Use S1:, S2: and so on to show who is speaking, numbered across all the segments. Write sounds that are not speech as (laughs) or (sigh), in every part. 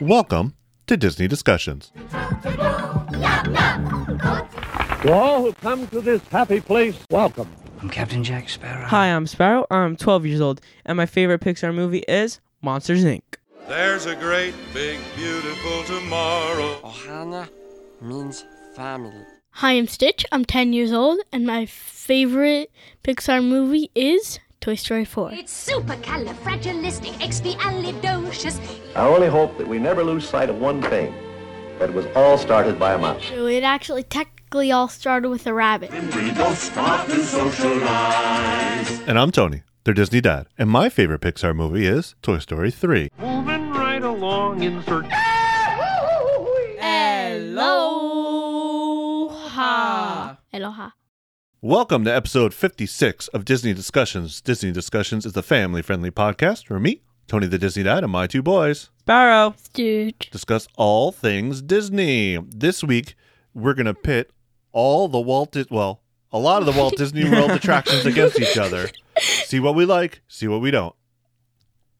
S1: Welcome to Disney Discussions.
S2: To all who come to this happy place, welcome.
S3: I'm Captain Jack Sparrow.
S4: Hi, I'm Sparrow. I'm 12 years old, and my favorite Pixar movie is Monsters Inc.
S5: There's a great big beautiful tomorrow.
S3: Ohana means family.
S6: Hi, I'm Stitch. I'm 10 years old, and my favorite Pixar movie is Toy Story 4.
S7: It's supercalifragilisticexpialidocious.
S8: I only hope that we never lose sight of one thing that it was all started by a mouse.
S6: It actually technically all started with a rabbit.
S1: And I'm Tony, their Disney dad. And my favorite Pixar movie is Toy Story 3.
S2: Moving right along in search.
S4: Aloha.
S6: Aloha.
S1: Welcome to episode 56 of Disney Discussions. Disney Discussions is the family friendly podcast where me, Tony the Disney dad, and my two boys
S4: Sparrow.
S6: Stooge.
S1: discuss all things Disney. This week, we're going to pit all the Walt Dis well, a lot of the Walt Disney World attractions against each other. See what we like, see what we don't.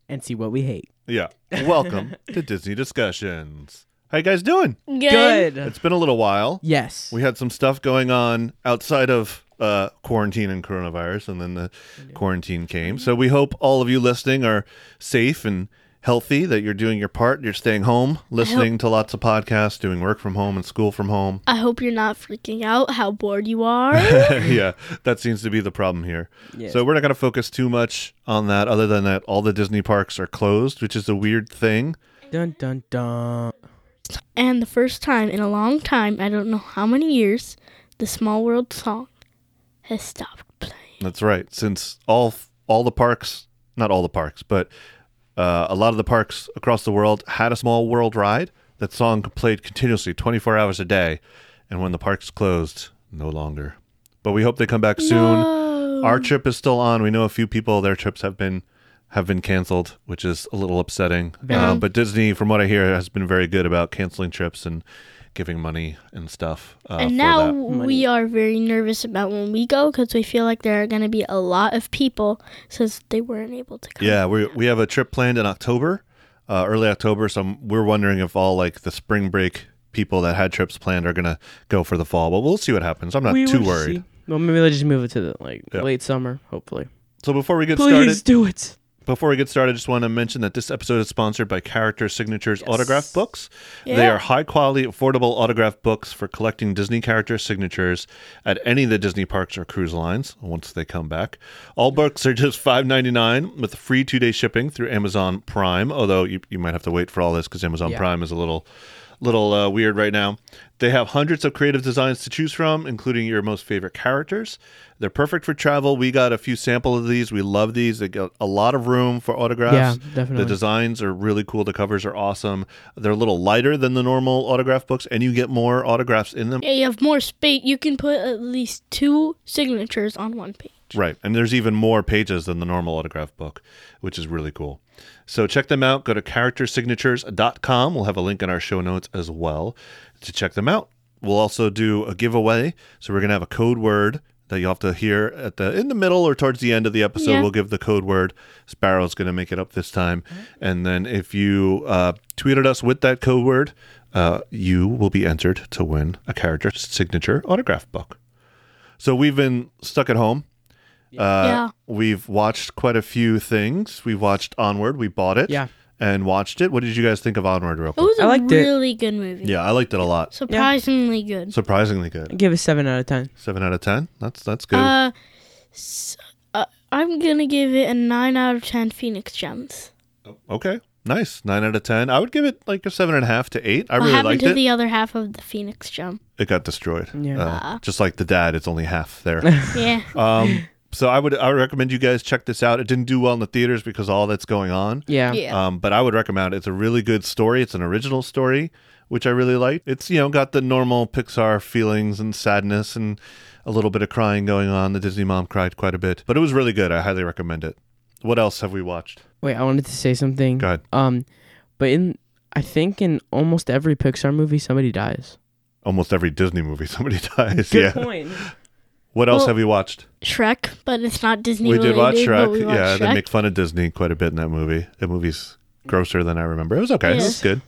S4: And see what we hate.
S1: Yeah. Welcome to Disney Discussions. How you guys doing? It's been a little while.
S4: Yes.
S1: We had some stuff going on outside of uh, quarantine and coronavirus, and then the quarantine came. So we hope all of you listening are safe and healthy, that you're doing your part, you're staying home, listening to lots of podcasts, doing work from home and school from home. (laughs)
S6: I hope you're not freaking out how bored you are.
S1: yeah, that seems to be the problem here. So we're not going to focus too much on that, other than that all the Disney parks are closed, which is a weird thing.
S4: dun dun dun.
S6: and the first time in a long time, I don't know how many years, the Small World song has stopped playing.
S1: That's right. Since all all the parks, not all the parks, but uh, a lot of the parks across the world had a small world ride. That song played continuously, 24 hours a day, and when the parks closed, no longer. But we hope they come back soon. Our trip is still on. We know a few people; their trips have been have been canceled, which is a little upsetting. Uh, but Disney, from what I hear, has been very good about canceling trips and giving money and stuff. Uh, for
S6: and now
S1: that.
S6: we are very nervous about when we go because we feel like there are going to be a lot of people since they weren't able to come.
S1: Yeah, we we have a trip planned in October, uh, early October. So I'm- we're wondering if all like the spring break people that had trips planned are gonna go for the fall. But we'll see what happens. I'm not
S4: We
S1: too
S4: will
S1: worried.
S4: see. Well, maybe let's just move it to the like
S1: Yeah.
S4: late summer, hopefully.
S1: So before we get
S4: Please
S1: started,
S4: do it.
S1: before we get started, just want to mention that this episode is sponsored by Character Signatures Autograph Books. They
S6: Yeah.
S1: are high quality, affordable autograph books for collecting Disney character signatures at any of the Disney parks or cruise lines once they come back. All books are just $5.99 with free two day shipping through Amazon Prime, although you, you might have to wait for all this because Amazon Prime is a little. Little uh, weird right now. They have hundreds of creative designs to choose from, including your most favorite characters. They're perfect for travel. We got a few sample of these. We love these. They got a lot of room for autographs.
S4: Yeah, definitely.
S1: The designs are really cool. The covers are awesome. They're a little lighter than the normal autograph books, and you get more autographs in them.
S6: Yeah, you have more space. You can put at least two signatures on one page.
S1: Right. And there's even more pages than the normal autograph book, which is really cool. So check them out. Go to charactersignatures.com. We'll have a link in our show notes as well to check them out. We'll also do a giveaway. So we're going to have a code word that you'll have to hear at the in the middle or towards the end of the episode.
S6: Yeah.
S1: We'll give the code word. Sparrow's going to make it up this time. And then if you uh, tweeted us with that code word, uh, you will be entered to win a character signature autograph book. So we've been stuck at home. Uh,
S6: Yeah.
S1: We've watched quite a few things. We watched Onward. We bought it.
S4: Yeah.
S1: And watched it. What did you guys think of Onward, real
S6: It
S1: quick?
S6: was a
S4: I liked it.
S6: really good movie.
S1: Yeah, I liked it a lot.
S6: Surprisingly good.
S1: Surprisingly good.
S4: Give it seven out of ten.
S1: Seven out of ten. That's that's good.
S6: Uh, s- uh, I'm gonna give it a nine out of ten Phoenix Gems.
S1: okay. Nice. Nine out of ten. I would give it like a seven and a half to eight. I
S6: what
S1: really
S6: happened
S1: liked
S6: to
S1: it.
S6: the other half of the Ah. Phoenix Gem?
S1: (laughs) it got destroyed.
S4: Yeah.
S1: Uh, just like the dad, it's only half
S4: (laughs)
S1: there.
S6: Yeah,
S1: um, so I would I would recommend you guys check this out. It didn't do well in the theaters because of all that's going on.
S4: Yeah.
S6: yeah.
S1: Um, but I would recommend it. It's a really good story. It's an original story, which I really like. It's, you know, got the normal Pixar feelings and sadness and a little bit of crying going on. The Disney mom cried quite a bit, but it was really good. I highly recommend it. What else have we watched?
S4: Wait, I wanted to say something.
S1: Go ahead.
S4: Um, but in I think in almost every Pixar movie, somebody dies.
S1: Almost every Disney movie, (laughs) somebody dies. yeah.
S4: point.
S1: What else
S6: Well,
S1: have you watched?
S6: Shrek, but it's not Disney.
S1: We did watch
S6: related, but
S1: Shrek.
S6: we watched
S1: yeah, they
S6: Shrek.
S1: make fun of Disney quite a bit in that movie. The movie's grosser than I remember. It was okay. It was
S6: Yes.
S1: good.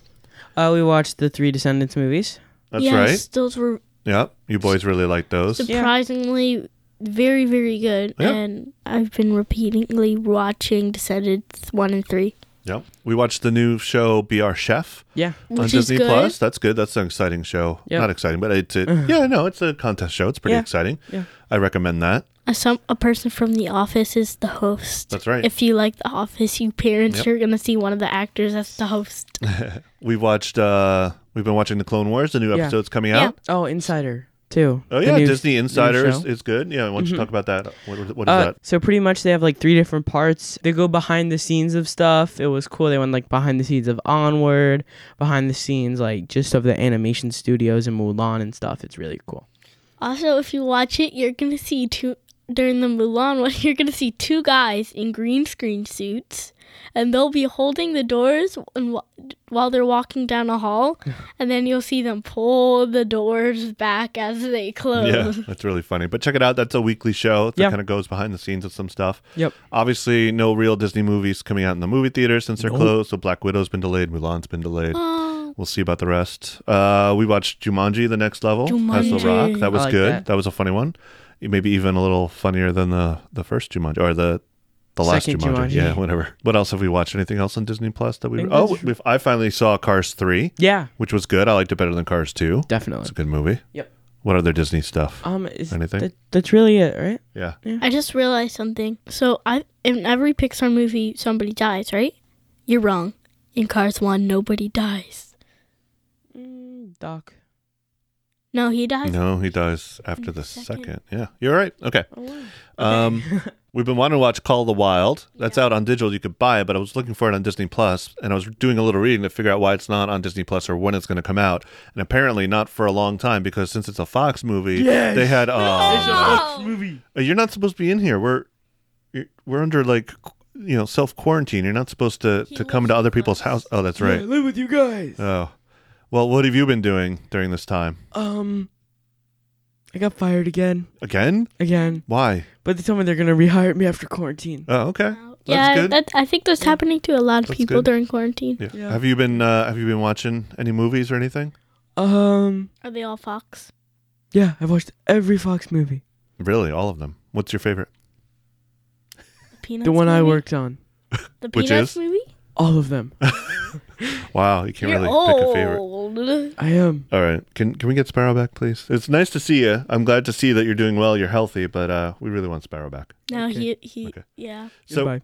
S4: Uh, we watched the three Descendants movies.
S1: That's
S6: yes,
S1: right.
S6: Those were
S1: Yep. You boys really like those.
S6: surprisingly very, very good.
S1: Yeah.
S6: And I've been repeatedly watching Descendants 1 and 3.
S1: Yep. We watched the new show Be Our Chef
S4: Yeah.
S1: on
S6: Which is
S1: Disney
S6: good.
S1: Plus. That's good. That's an exciting show.
S4: Yep.
S1: Not exciting, but it's a, yeah, no, it's a contest show. It's pretty
S4: Uh-huh. Yeah.
S1: exciting.
S4: Yeah.
S1: I recommend that.
S6: A, some, a person from The Office is the host.
S1: That's right.
S6: If you like The Office, you parents,
S1: Yep.
S6: you're going to see one of the actors as
S1: (laughs)
S6: the host.
S1: We watched uh we've been watching the Clone Wars, the new
S4: Yeah.
S1: episode's coming
S6: Yeah.
S1: out.
S4: Oh, Insider too.
S1: Oh
S4: The
S1: yeah,
S4: new-
S1: Disney
S4: new
S1: Insider is,
S4: show. Mm-hmm.
S1: is good. Yeah, why don't you talk about that? What, what is
S4: Uh,
S1: that?
S4: so pretty much they have like three different parts. They go behind the scenes of stuff. It was cool. They went like behind the scenes of Onward, behind the scenes like just of the animation studios and Mulan and stuff. It's really cool.
S6: Also, if you watch it, you're going to see two during the Mulan one, (laughs) you're going to see two guys in green screen suits and they'll be holding the doors and wa- while they're walking down
S1: (laughs)
S6: a hall and then you'll see them pull the doors back as they
S1: Yeah,
S6: close.
S1: that's really funny. But check it out. That's a weekly show that
S4: uh. Yeah.
S1: kind of goes behind the scenes of some stuff.
S4: Yep.
S1: Obviously, no real Disney movies coming out in the movie theater since they're closed. So Black Widow's been delayed. Mulan's been delayed. We'll see about the rest. Uh, we watched Jumanji: The Next Level. That's The
S6: Jumanji.
S1: Rock. That was
S4: like
S1: good. That.
S4: that.
S1: was a funny one. Maybe even a little funnier than the the first Jumanji or the. The last
S4: Second
S1: Jumanji.
S4: Jumanji.
S1: yeah, whatever. What else have we watched? Anything else on Disney Plus that we?
S4: think
S1: Oh,
S4: that's-
S1: we've, I finally saw Cars three,
S4: Yeah,
S1: which was good. I liked it better than Cars two.
S4: definitely.
S1: It's a good movie.
S4: Yep.
S1: What other Disney stuff?
S4: Um, is
S1: Anything?
S4: that- that's really it, right?
S1: yeah.
S6: I just realized something. So, I in every Pixar movie somebody dies, right? You're wrong. In Cars 1, nobody dies.
S4: Mm, Doc.
S6: No, he dies.
S1: No, he dies after the second.
S6: Second.
S1: Yeah, you're right. Okay. Um, (laughs) we've been wanting to watch Call of the Wild. That's out on digital. You could buy it, but I was looking for it on Disney Plus, and I was doing a little reading to figure out why it's not on Disney Plus or when it's going to come out. And apparently, not for a long time because since it's a Fox movie, they had. Uh, you're not supposed to be in here. We're you're- we're under like you know self quarantine. You're not supposed to to come to other people's house. Oh, that's right.
S4: live with you guys.
S1: Oh, well, what have you been doing during this time?
S4: Um, I got fired again,
S1: Again?
S4: again.
S1: Why?
S4: But they told me they're gonna rehire me after quarantine.
S1: Oh, okay. That's
S6: yeah,
S1: good.
S6: that, I think that's happening to a lot of
S1: That's
S6: people
S1: good.
S6: during quarantine.
S1: Yeah.
S4: Yeah.
S1: Have you been uh, Have you been watching any movies or anything?
S4: Um,
S6: Are they all Fox?
S4: yeah, I've watched every Fox movie.
S1: Really, all of them. What's your favorite?
S6: Peanuts
S4: The one I
S6: movie?
S4: worked on.
S6: The
S1: Which
S6: Peanuts
S1: is?
S6: movie?
S4: All of (laughs) them.
S1: Wow, you can't really pick a favorite.
S6: old.
S4: I am.
S1: All right, can can we get Sparrow back, please? It's nice to see you. I'm glad to see that you're doing well. You're healthy, but uh, we really want Sparrow back.
S6: No, he he.
S1: Okay.
S6: Yeah.
S1: So
S4: Goodbye.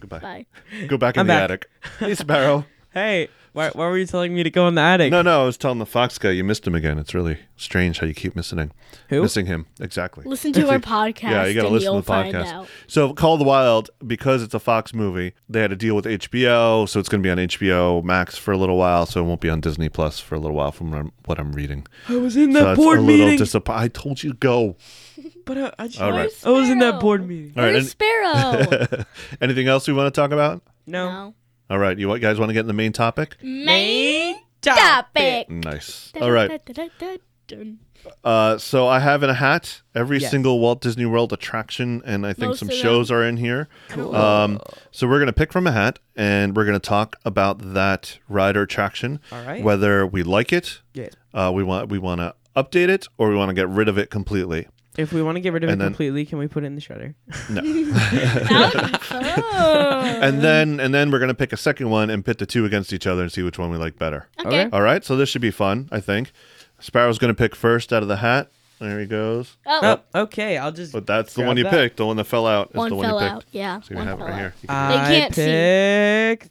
S1: goodbye.
S6: Bye.
S1: Go back in
S4: I'm
S1: the
S4: back.
S1: attic. Hey,
S4: (laughs)
S1: Sparrow.
S4: Hey, why, why were you telling me to go in the attic?
S1: no, no, I was telling the Fox guy you missed him again. It's really strange how you keep missing him.
S4: Who?
S1: Missing him exactly.
S6: Listen
S1: (laughs)
S6: to our podcast.
S1: Yeah, you got to
S6: and
S1: listen to
S6: you'll
S1: the podcast.
S6: Find out.
S1: So, Call of the Wild, because it's a Fox movie, they had a deal with HBO, so it's going to be on HBO Max for a little while, so it won't be on Disney Plus for a little while from what I'm- what I'm reading.
S4: I was in
S1: so
S4: that
S1: that's
S4: board
S1: a little
S4: meeting.
S1: disappointing. I told you to go.
S4: but I, I just,
S1: All right.
S4: I was in that
S6: Sparrow.
S4: board meeting.
S1: All right, (laughs)
S6: Where's Sparrow?
S1: Anything else we want to talk about?
S4: No.
S1: All right, you guys want to get in the main topic?
S6: Mm. Main
S4: topic.
S6: topic.
S1: Nice. All right.
S6: Dun.
S1: Uh, so I have in a hat every
S4: Yes.
S1: single Walt Disney World attraction, and I think
S6: Most
S1: some
S6: of them.
S1: shows are in here. Um, so we're gonna pick from a hat, and we're gonna talk about that ride or attraction,
S4: All right.
S1: whether we like it,
S4: Yes.
S1: uh, we want we want to update it, or we want to get rid of it completely.
S4: If we want to get rid of
S1: And
S4: it
S1: then-
S4: completely, can we put it in the shredder?
S6: Uh-huh.
S1: And then and then we're gonna pick a second one and pit the two against each other and see which one we like better.
S6: Okay.
S4: Okay.
S1: All right, so this should be fun, I think. Sparrow's gonna pick first out of the hat. There he goes.
S6: Oh,
S4: Oh, okay. I'll just.
S1: But that's the
S4: Grab
S1: one you
S4: that.
S1: picked. The one that fell out is
S6: one
S1: the one
S6: fell
S1: you picked.
S6: out. Yeah.
S1: So you
S6: one
S1: have it
S6: fell
S1: right
S6: out.
S1: here. You can
S4: I
S6: can't see.
S4: picked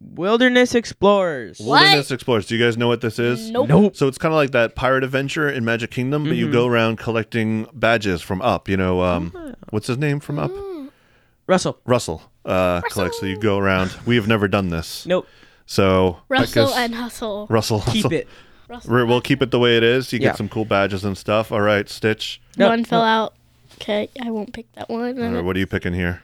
S4: Wilderness Explorers.
S6: What?
S1: Wilderness Explorers. Do you guys know what this is?
S6: Nope. Mm-hmm.
S4: Nope.
S1: So it's kind of like that pirate adventure in Magic Kingdom, but you go around collecting badges from Up. You know, um, what's his name from Up?
S6: Mm.
S4: Russell.
S1: Russell. Uh, collects. So you go around. We have never done this.
S4: Nope.
S1: So I
S6: Russell
S1: guess-
S6: and Hustle.
S1: Russell.
S4: Keep
S1: Russell.
S4: it.
S6: Russell.
S1: We're- We'll keep it the way it is. You
S4: Yeah.
S1: get some cool badges and stuff. All right, Stitch.
S4: No,
S6: one fell
S4: no.
S6: out. Okay, I won't pick that one.
S1: All right, what are you picking here?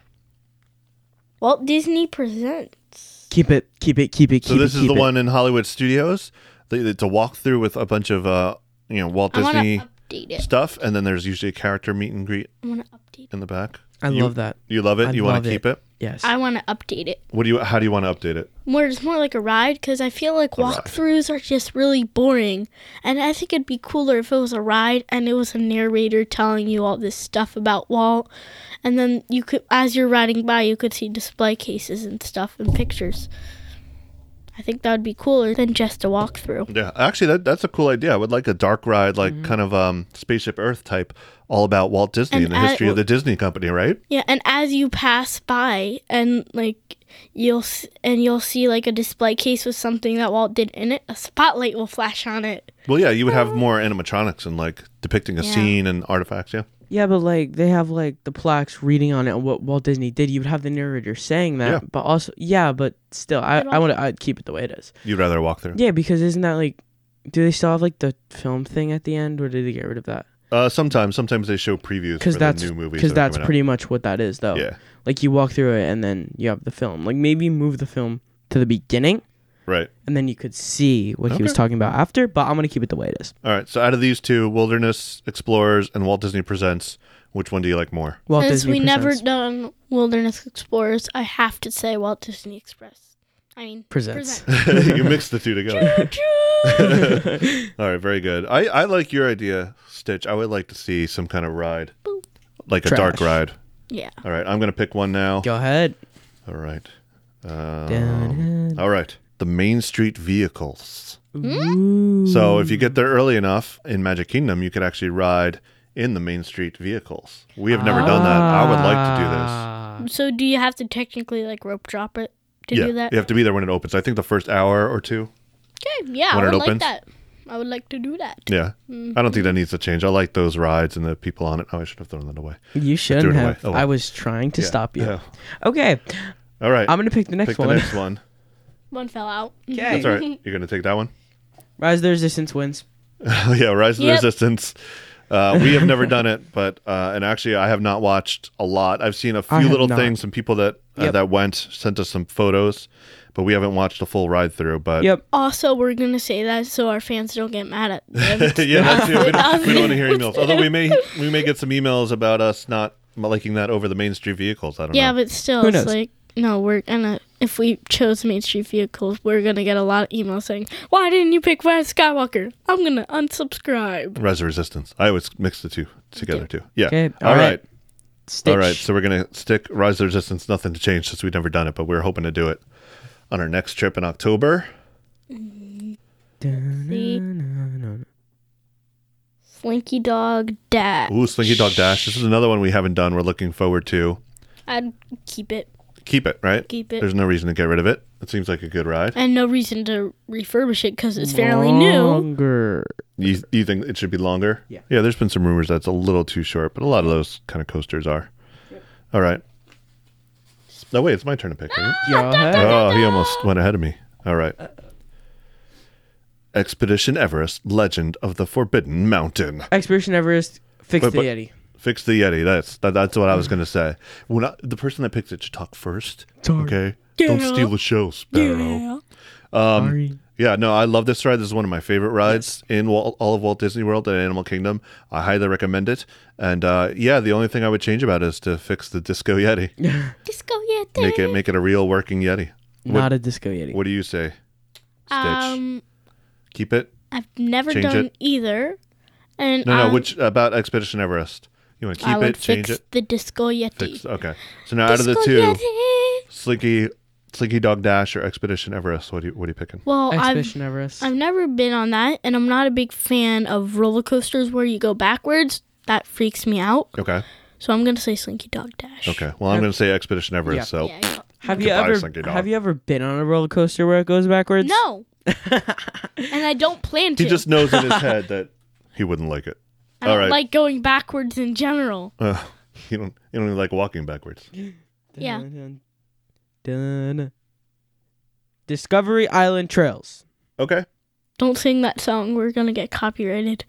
S6: Walt Disney presents.
S4: Keep it. Keep it. Keep it.
S1: So
S4: keep
S1: this
S4: it,
S1: is
S4: keep
S1: the
S4: it.
S1: one in Hollywood Studios. The- It's a walkthrough with a bunch of uh, you know Walt
S6: I want to
S1: Disney
S6: update it.
S1: stuff, and then there's usually a character meet and greet
S6: I want to update. it.
S1: in the back.
S4: I
S1: You-
S4: love that.
S1: You love it.
S4: I
S1: you want
S4: love
S1: to
S4: it.
S1: keep it.
S4: Yes.
S6: I want to update it.
S1: What do you? How do you want to update it?
S6: More, it's more like a ride because I feel like
S1: ride.
S6: walkthroughs are just really boring. And I think it'd be cooler if it was a ride and it was a narrator telling you all this stuff about Walt. And then you could, as you're riding by, you could see display cases and stuff and pictures. I think that would be cooler than just a walkthrough.
S1: Yeah, actually, that, that's a cool idea. I would like a dark ride, like
S4: Mm-hmm.
S1: kind of um, Spaceship Earth type, all about Walt Disney and,
S6: And
S1: the
S6: I-
S1: history of the Disney Company, right?
S6: Yeah, and as you pass by, and like you'll s- and you'll see like a display case with something that Walt did in it, a spotlight will flash on it.
S1: Well, yeah, you would have more animatronics and like depicting a
S6: Yeah.
S1: scene and artifacts. Yeah,
S4: yeah, but like they have like the plaques reading on it on what Walt Disney did. You would have the narrator saying that,
S1: Yeah.
S4: but also yeah, but still, I
S6: I'd
S4: I
S6: want-
S4: would I'd keep it the way it is.
S1: you'd rather walk through.
S4: Yeah, because isn't that like, do they still have like the film thing at the end, or did they get rid of that?
S1: Uh, sometimes, sometimes they show previews for
S4: Because that's
S1: the new movies.
S4: because
S1: that are
S4: that's
S1: coming
S4: pretty much what that is, though.
S1: out. Yeah,
S4: Like you walk through it and then you have the film. Like maybe move the film to the beginning
S1: right.
S4: and then you could see what he was
S1: Okay.
S4: talking about after. But I'm gonna keep it the way it is.
S1: All right. So out of these two, Wilderness Explorers and Walt Disney Presents, which one do you like more? (laughs)
S4: Walt
S6: Since
S4: Disney
S6: we never
S4: Presents.
S6: done Wilderness Explorers, I have to say Walt Disney Express. I mean,
S1: (laughs)
S4: Presents.
S6: present.
S1: you mix the two
S4: (laughs)
S1: together. All right, very good. I, I like your idea, Stitch. I would like to see some kind of ride, like a dark
S4: Trash.
S1: ride.
S6: Yeah.
S1: All right, I'm gonna pick one now.
S4: (laughs) Go ahead.
S1: All right. Um,
S4: Dun-
S1: All right. The Main Street vehicles.
S4: Hmm?
S1: So if you get there early enough in Magic Kingdom, you could actually ride in the Main Street vehicles. We have never done that. I would like to do this.
S4: Ah.
S6: So do you have to technically like rope drop it to
S1: yeah,
S6: do that?
S1: you have to be there when it opens. I think the first hour or two.
S6: Okay. Yeah,
S1: When
S6: I
S1: it
S6: would like
S1: opens?
S6: that. I would like to do that.
S1: Yeah,
S6: Mm-hmm.
S1: I don't think that needs to change. I like those rides and the people on it. Oh, I should have thrown that away.
S4: You shouldn't
S1: it away.
S4: have.
S1: Oh, well.
S4: I was trying to
S1: Yeah,
S4: stop you.
S1: (laughs) yeah.
S4: Okay,
S1: All right,
S4: I'm gonna pick the next
S1: pick
S4: one. (laughs)
S1: the next one.
S6: One fell out.
S4: Okay.
S1: That's all right. You're gonna take that one. (laughs) Oh,
S4: Rise of the Resistance wins.
S1: yeah, Rise of
S6: Yep.
S1: the Resistance. Uh, we have never done it, but uh, and actually, I have not watched a lot. I've seen a
S4: I
S1: few
S4: have
S1: little
S4: not.
S1: things. Some people that uh,
S4: Yep.
S1: that went sent us some photos, but we haven't watched a full ride through. But
S4: Yep.
S6: Also, we're gonna say that so our fans don't get mad at them.
S1: (laughs) yeah, that's it. We don't, we don't want to hear emails. Although we may we may get some emails about us not liking that over the Main Street vehicles. I don't
S6: Yeah,
S1: know.
S6: but still,
S4: Who
S6: it's
S4: knows?
S6: like no, we're gonna if we chose Main Street vehicles, we're gonna get a lot of emails saying, "Why didn't you pick Rise Skywalker?" I'm gonna unsubscribe.
S1: Rise of Resistance. I always mix the two together too. Yeah.
S4: Okay,
S1: all
S4: all
S1: right.
S4: right. Stitch.
S1: All right. So we're gonna stick Rise of Resistance. Nothing to change since we've never done it, but we're hoping to do it on our next trip in October.
S4: Dun-
S6: See? Slinky Dog Dad.
S1: Ooh, Slinky Dog Dash. This is another one we haven't done. We're looking forward to.
S6: I'd keep it
S1: Keep it, right?
S6: Keep it.
S1: There's no reason to get rid of it. It seems like a good ride.
S6: and no reason to refurbish it because it's fairly new. (laughs)
S4: Longer.
S1: You, you think it should be longer?
S4: Yeah.
S1: Yeah, there's been some rumors that's a little too short, but a lot of those kind of coasters are. All right. No, wait, it's my turn to pick. isn't it?
S4: Go ahead.
S6: Ah!
S1: Oh, he almost went ahead of me. All right. Expedition Everest, Legend of the Forbidden Mountain.
S4: Expedition Everest. Fix
S1: But-
S4: the
S1: but-
S4: Yeti.
S1: Fix the Yeti. That's that, that's what I
S6: Mm.
S1: was gonna say. When I, the person that picks it should talk first. Okay. Don't
S6: Yeah.
S1: steal the show, Sparrow. Um,
S6: Yeah.
S4: Sorry.
S1: Yeah, no, I love this ride. This is one of my favorite rides in Wal- all of Walt Disney World and Animal Kingdom. I highly recommend it. And uh, yeah, the only thing I would change about it is to fix the Disco Yeti.
S6: Disco Yeti.
S1: Make it make it a real working Yeti.
S4: Not a disco Yeti.
S1: What do you say? Stitch.
S6: Um,
S1: Keep it.
S6: I've never
S1: Change
S6: done
S1: it.
S6: either. And
S1: No, no.
S6: um,
S1: Which about Expedition Everest? You want to
S6: I
S1: keep
S6: would
S1: it, change
S6: fix
S1: it,
S6: the Disco Yeti.
S1: fix. Okay. So now out of the
S6: Disco
S1: two,
S6: Yeti.
S1: Slinky, Slinky Dog Dash or Expedition Everest, what do you, what are you picking?
S6: Well, I've
S4: Expedition Everest.
S6: I've never been on that, and I'm not a big fan of roller coasters where you go backwards. That freaks me out.
S1: Okay.
S6: So I'm gonna say Slinky Dog Dash.
S1: Okay. Well, I'm going to say Expedition Everest.
S4: Yeah.
S1: So
S6: Yeah.
S4: have you
S1: Goodbye,
S4: ever
S1: Slinky Dog.
S4: have you ever been on a roller coaster where it goes backwards? (laughs)
S6: No. and I don't plan to.
S1: he just knows in
S6: (laughs)
S1: his head that he wouldn't like it.
S6: I don't
S1: all right.
S6: like going backwards in general.
S1: Uh, you don't you don't even like walking backwards.
S6: Yeah.
S4: Dun, dun, dun. Discovery Island Trails.
S1: Okay.
S6: Don't sing that song. We're gonna get copyrighted.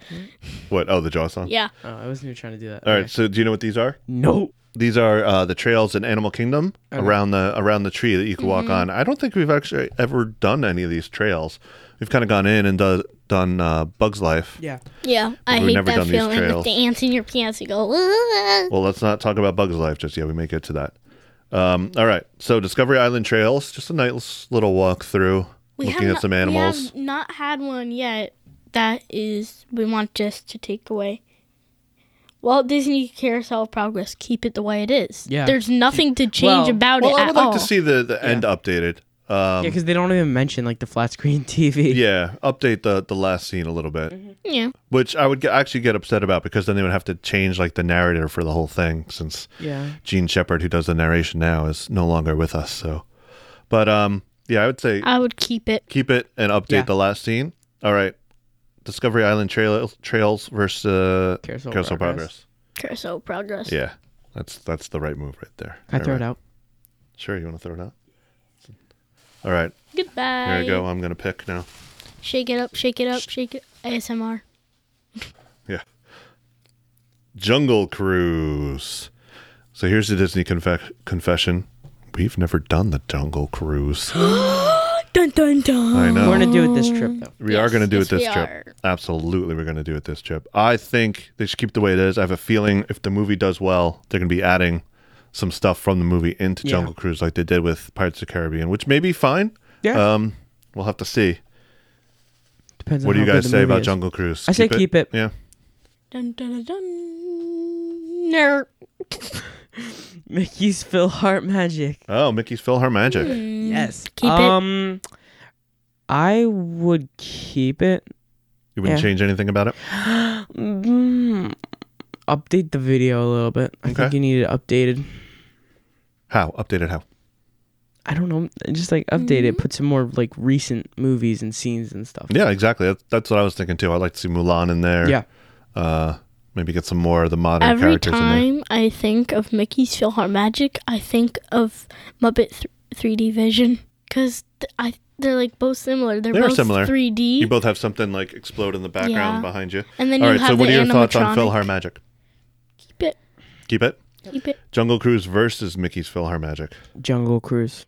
S1: What? Oh, the Jaw song.
S6: Yeah.
S4: Oh, I wasn't even trying to do that.
S1: All right.
S4: Okay.
S1: So, do you know what these are?
S4: No.
S1: These are uh, the trails in Animal Kingdom
S4: Okay.
S1: around the around the tree that you can walk
S6: Mm-hmm.
S1: on. I don't think we've actually ever done any of these trails. We've kind of gone in and do, done uh, Bugs Life.
S4: Yeah.
S6: Yeah. I
S1: We've
S6: hate
S1: never done
S6: that
S1: these
S6: feeling with
S1: trails.
S6: the ants in your pants. You go. "Ugh."
S1: Well, let's not talk about Bugs Life just yet. We may get to that. Um, all right. So Discovery Island Trails, just a nice little walk through, looking
S6: have
S1: at some
S6: not-
S1: animals.
S6: We have not had one yet. That is, we want just to take away. Walt Disney Carousel of Progress. Keep it the way it is.
S4: Yeah.
S6: There's nothing to change
S4: Well-
S6: about
S1: well,
S6: it
S1: I
S6: at
S1: would like
S6: all.
S1: to see the, the end updated. Um,
S4: Yeah, because they don't even mention like the flat screen (laughs) TV.
S1: yeah, update the the last scene a little bit,
S6: yeah.
S1: which I would get, actually get upset about because then they would have to change like the narrator for the whole thing since
S4: Yeah.
S1: Gene Shepard, who does the narration now, is no longer with us. So, but um, yeah, I would say
S6: I would keep it.
S1: keep it and update
S4: Yeah.
S1: the last scene. All right, Discovery Island trail, Trails versus uh,
S4: Carousel
S1: Carousel
S4: Progress.
S1: Progress.
S6: Carousel of Progress.
S1: Yeah, that's that's the right move right there.
S4: Can I throw
S1: All
S4: it
S1: right.
S4: out?
S1: Sure, you want to throw it out? All right,
S6: Goodbye.
S1: here I go. I'm gonna pick now.
S6: Shake it up, shake it up, shake it. ASMR.
S1: Yeah. Jungle Cruise. So here's the Disney confe- confession. We've never done the Jungle
S4: (gasps)
S1: Cruise.
S6: Dun dun dun.
S1: I know.
S4: We're gonna do it this trip though.
S1: We are going to do
S6: yes,
S1: it this
S6: we
S1: trip.
S6: are.
S1: Absolutely, we're going to do it this trip. I think they should keep the way it is. I have a feeling if the movie does well, they're going to be adding some stuff from the movie into
S4: Yeah.
S1: Jungle Cruise, like they did with Pirates of the Caribbean, which may be fine.
S4: Yeah.
S1: Um, we'll have to see.
S4: Depends on
S1: What do you
S4: how good
S1: guys
S4: the
S1: say
S4: movie
S1: about
S4: is.
S1: Jungle Cruise?
S4: I say keep it.
S1: Yeah.
S6: Dun dun dun dun. Nerd.
S4: Mickey's Phil Hart Magic?
S1: Oh, Mickey's Philhar Magic.
S4: Yes.
S6: Keep it.
S4: um, I would keep it.
S1: You wouldn't
S4: Yeah.
S1: change anything about it?
S4: Mm, update the video a little bit. I think
S1: Okay.
S4: you need it updated.
S1: How? Updated how?
S4: I don't know. Just like update
S1: Mm-hmm.
S4: it. Put some more like recent movies and scenes and stuff.
S1: Yeah, exactly. That's, that's what I was thinking too. I'd like to see Mulan in there.
S4: Yeah.
S1: Uh, maybe get some more of the modern
S6: Every
S1: characters in there.
S6: time I think of Mickey's Philhar Magic, I think of Muppet th- 3D Vision because th- I they're like both similar. They're
S1: They are
S6: both
S1: similar.
S6: 3D.
S1: You both have something like explode in the background
S6: Yeah.
S1: behind you.
S6: and then
S1: All
S6: you
S1: right,
S6: have
S1: so
S6: the
S1: what are your thoughts on
S6: animatronic.
S1: Philhar Magic?
S6: Keep it,
S1: Keep it.
S6: keep it.
S1: Jungle Cruise versus Mickey's Philhar Magic.
S4: Jungle Cruise.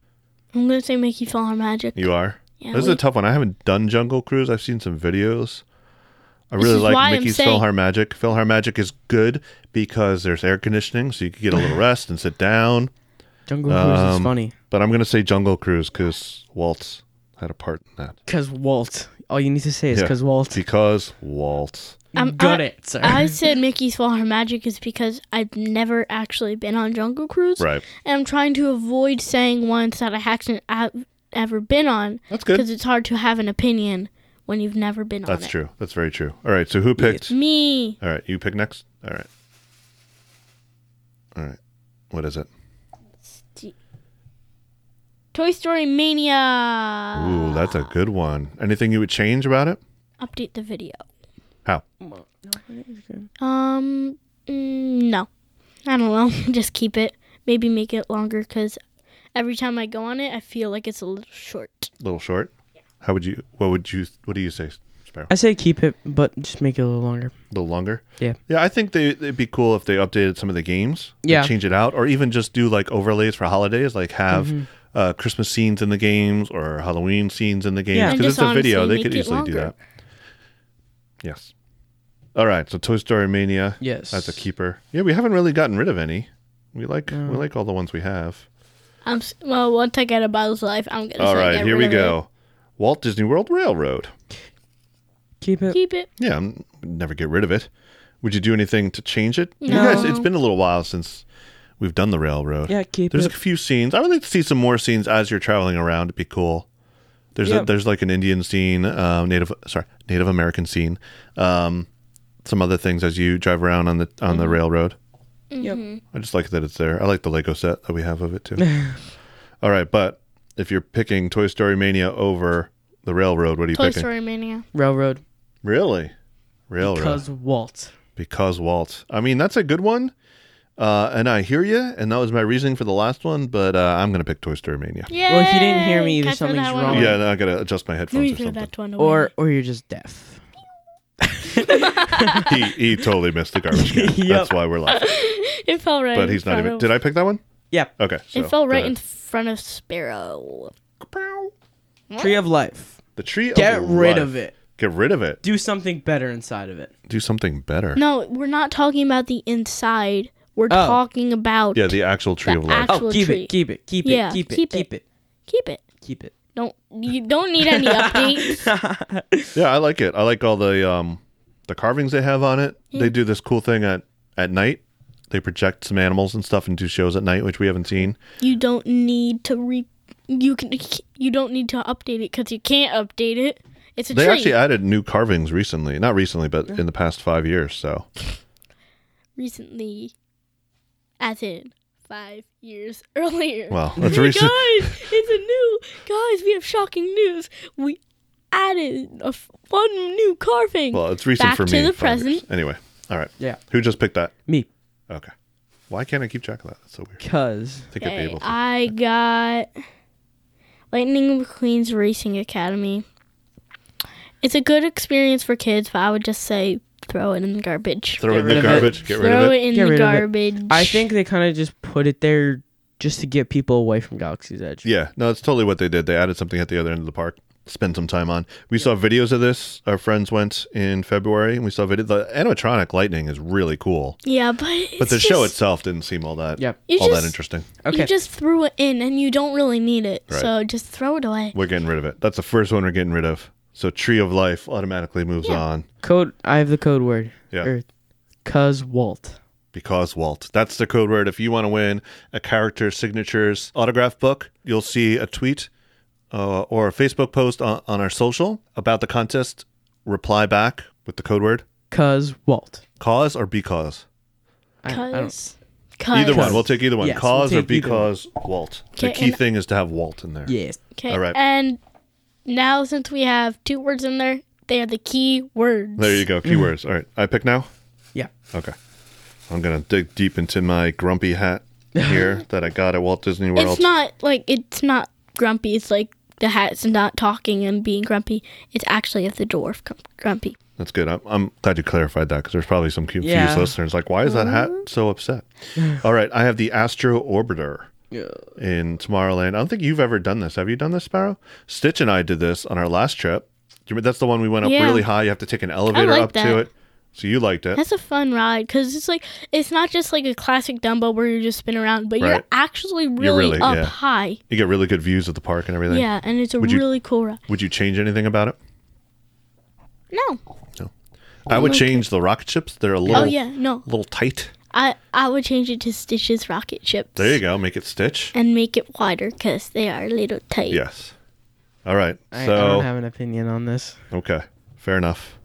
S6: I'm gonna say Mickey Philhar Magic.
S1: You are.
S6: Yeah,
S1: this is
S6: we-
S1: a tough one. I haven't done Jungle Cruise. I've seen some videos. I really
S6: is why
S1: like
S6: I'm
S1: Mickey's
S6: saying-
S1: Philhar Magic. Philhar Magic is good because there's air conditioning, so you can get a little
S6: (sighs)
S1: rest and sit down.
S4: Jungle Cruise is
S1: Um,
S4: funny
S1: But I'm gonna say Jungle Cruise because Waltz had a part in that.
S4: because Walt. All you need to say is
S1: Yeah.
S4: because Walt.
S1: Because Waltz.
S6: Um,
S4: Got
S6: I-
S4: it, sir.
S6: I said Mickey's Philhar Magic is because I've never actually been on Jungle Cruise,
S1: Right.
S6: and I'm trying to avoid saying ones that I haven't a- ever been on
S1: That's good.
S6: because it's hard to have an opinion when you've never been on it. Mm.
S1: That's true. That's very true. All right. So who picked?
S6: Me.
S1: All right. You pick next. All right. All right. What is it?
S6: Toy Story Mania.
S1: Ooh, that's a good one. Anything you would change about it?
S6: Update the video.
S1: How?
S6: Um, mm, no. I don't know. (laughs) Just keep it. Maybe make it longer because every time I go on it, I feel like it's a little short.
S1: little short. How would you? What would you? What do you say, Sparrow?
S4: I say keep it, but just make it a little longer.
S1: A little longer.
S4: Yeah.
S1: Yeah, I think they, it'd be cool if they updated some of the games. They'd
S4: Yeah.
S1: change it out, or even just do like overlays for holidays, like have
S4: Mm-hmm.
S1: uh, Christmas scenes in the games or Halloween scenes in the
S4: Yeah.
S1: games.
S4: And
S1: Because it's
S6: just
S1: a video,
S6: honestly
S1: they could
S6: make it
S1: easily do
S6: longer.
S1: that. Yes. All right. So Toy Story Mania.
S4: Yes.
S1: That's a keeper. Yeah, we haven't really gotten rid of any. We like we like all the ones we have.
S6: I'm s- well. Once I get a Buzz Life, I'm gonna.
S1: All
S6: say
S1: right,
S6: get
S1: here
S6: rid
S1: we
S6: of
S1: go. Walt Disney World Railroad.
S4: Keep
S6: it.
S4: it.
S6: Keep it.
S1: Yeah, I'm, never get rid of it. Would you do anything to change it? You
S6: No.
S1: guys, it's been a little while since we've done the railroad.
S4: Yeah, keep
S1: There's
S4: it.
S1: a few scenes. I would like to see some more scenes as you're traveling around. It'd be cool. There's
S4: Yeah.
S1: a, there's like an Indian scene, um, Native sorry Native American scene, um, some other things as you drive around on the on the railroad.
S4: Mm-hmm. Yep.
S6: Mm-hmm.
S1: I just like that it's there. I like the Lego set that we have of it
S4: (laughs)
S1: too. All right, but if you're picking Toy Story Mania over the railroad, what are you
S6: Toy
S1: picking?
S6: Story Mania.
S4: Railroad.
S1: Really, railroad
S4: Because Walt.
S1: because Walt. I mean, that's a good one. Uh, and I hear you, and that was my reasoning for the last one, but uh, I'm gonna pick Toy Story Mania.
S6: Yeah.
S4: Well, he didn't hear me either. Something's wrong.
S1: Yeah, and I gotta adjust my
S6: Let
S1: headphones
S6: me
S1: or
S6: throw
S1: something.
S6: that one away.
S4: Or or you're just deaf.
S1: he he totally missed the garbage
S6: (laughs)
S1: can.
S4: Yep.
S1: That's why we're laughing.
S6: it fell right.
S1: But
S6: in
S1: he's not
S6: front
S1: even.
S6: of-
S1: Did I pick that one?
S4: Yep.
S1: Okay. So,
S6: it fell
S1: go
S6: right in
S1: ahead.
S6: front of Sparrow.
S4: Tree of life.
S1: the tree. of
S4: Get rid
S1: life.
S4: of it.
S1: Get rid of it.
S4: Do something better inside of it.
S1: Do something better.
S6: No, we're not talking about the inside. We're
S4: Oh.
S6: talking about.
S1: Yeah, the actual tree
S6: The
S1: of life.
S6: act-
S4: Oh,
S6: Actual
S4: keep
S6: tree.
S4: it, keep it, keep
S6: Yeah,
S4: it, keep it,
S6: keep
S4: keep it,
S6: keep it.
S4: keep it.
S6: Don't you don't need any
S1: (laughs)
S6: updates.
S1: yeah, I like it. I like all the um the carvings they have on it. They do this cool thing at at night. They project some animals and stuff and do shows at night, which we haven't seen.
S6: You don't need to re. You can. You don't need to update it because you can't update it. It's a
S1: They
S6: tree.
S1: actually added new carvings recently. Not recently, but in the past five years. So
S6: recently, as in five years (laughs) earlier.
S1: well, that's
S6: Hey,
S1: recent.
S6: guys,
S1: (laughs)
S6: it's a new guys. We have shocking news. We added a f- fun new carving.
S1: Well, it's recent
S6: Back
S1: for me.
S6: to the
S1: five years.
S6: present.
S1: Anyway, all right.
S4: Yeah,
S1: Who just picked that?
S4: me,
S1: Okay. Why can't I keep track of that? That's so weird.
S4: cause
S1: I think I'd be
S6: Okay,
S1: able to.
S6: I got Lightning McQueen's Racing Academy. It's a good experience for kids, but I would just say throw it in the garbage.
S1: Throw it
S4: Get
S1: in
S4: rid
S1: the
S4: of it.
S1: garbage. Get rid
S6: throw
S1: of it.
S6: it in
S4: Get
S6: the
S4: rid of it.
S6: garbage.
S4: I think they kind of just put it there just to get people away from Galaxy's Edge.
S1: Yeah, no, it's totally what they did. They added something at the other end of the park. Spend some time on. We saw videos of this. Our friends went in February, and we saw video. The animatronic lightning is really cool,
S6: Yeah, but
S1: but
S6: it's
S1: the show
S6: just-
S1: itself didn't seem all that.
S4: Yep.
S6: You
S1: all that
S6: just-
S1: interesting.
S4: Okay.
S6: You just threw it in, and you don't really need it,
S1: Right.
S6: so just throw it away.
S1: We're getting rid of it. That's the first one we're getting rid of. So Tree of Life automatically moves on
S4: Code. I have the code word.
S1: Yeah.
S4: Or, Cause Walt.
S1: because Walt. That's the code word. If you want to win a character signatures autograph book, you'll see a tweet uh, or a Facebook post on, on our social about the contest. Reply back with the code word
S4: Cause Walt.
S1: cause or because.
S4: I, I don't.
S6: Cause, cause
S1: Either one. We'll take either one.
S4: Yes,
S1: cause
S4: we'll
S1: or
S4: take either one.
S1: because Walt. The
S6: Okay,
S1: key
S6: and-
S1: thing is to have Walt in there.
S4: Yes.
S6: Okay.
S1: All right.
S6: And now since we have two words in there, they are the key words.
S1: There you go.
S4: Mm-hmm.
S1: Keywords. All right. I pick now?
S4: Yeah.
S1: Okay. I'm going to dig deep into my grumpy
S4: (laughs)
S1: hat here that I got at Walt Disney World.
S6: It's not like it's not grumpy. It's like the hat's not talking and being grumpy. It's actually if the dwarf com- grumpy.
S1: That's good. I'm, I'm glad you clarified that because there's probably some confused
S4: Yeah.
S1: listeners like, why is that hat so upset? All right. I have the Astro Orbiter in Tomorrowland. I don't think you've ever done this. Have you done this, Sparrow? Stitch and I did this on our last trip. Do you remember- That's the one we went up
S6: Yeah.
S1: really high. You have to take an elevator
S6: like
S1: up to
S6: that.
S1: it. So you liked it.
S6: That's a fun ride because it's like it's not just like a classic Dumbo where you just spin around, but
S1: Right.
S6: you're actually really,
S1: really-
S6: up
S1: yeah.
S6: high.
S1: You get really good views of the park and everything.
S6: Yeah, and it's a
S1: Would you-
S6: really cool ride.
S1: Would you change anything about it?
S6: No.
S1: Oh. I would change the rocket ships. They're a little,
S6: Oh yeah, no.
S1: little tight.
S6: I I would change it to Stitch's rocket ships.
S1: There you go. Make it stitch.
S6: And make it wider because they are a little tight.
S1: Yes. All right.
S4: I, I
S1: so
S4: don't have an opinion on this.
S1: okay, fair enough.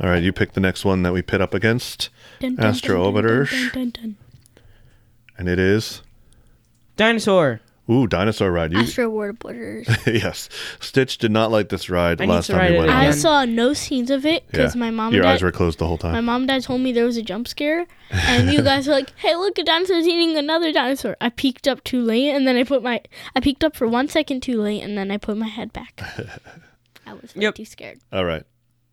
S1: All right, you pick the next one that we pit up against,
S6: Dun, dun,
S1: Astro
S6: dun, dun, dun,
S1: Orbiter.
S6: dun, dun, dun.
S1: and it is
S4: Dinosaur.
S1: ooh dinosaur ride.
S4: (laughs)
S1: You, (laughs)
S6: Astro Orbiters.
S1: yes, Stitch did not like this ride
S4: I need
S1: last
S4: to
S1: time
S4: ride
S1: we
S4: it
S1: went.
S4: again.
S1: on
S6: I
S1: it.
S6: saw no scenes of it because
S1: Yeah.
S6: my mom
S1: Your
S6: and dad,
S1: eyes were closed the whole
S6: my
S1: time.
S6: mom and dad told me there was a jump scare, and you guys were like,
S1: (laughs)
S6: "Hey, look, a dinosaur's eating another dinosaur." I peeked up too late, and then I put my I peeked up for one second too late, and then I put my
S1: (laughs)
S6: head back. I was way
S4: Yep.
S6: too scared.
S1: All right.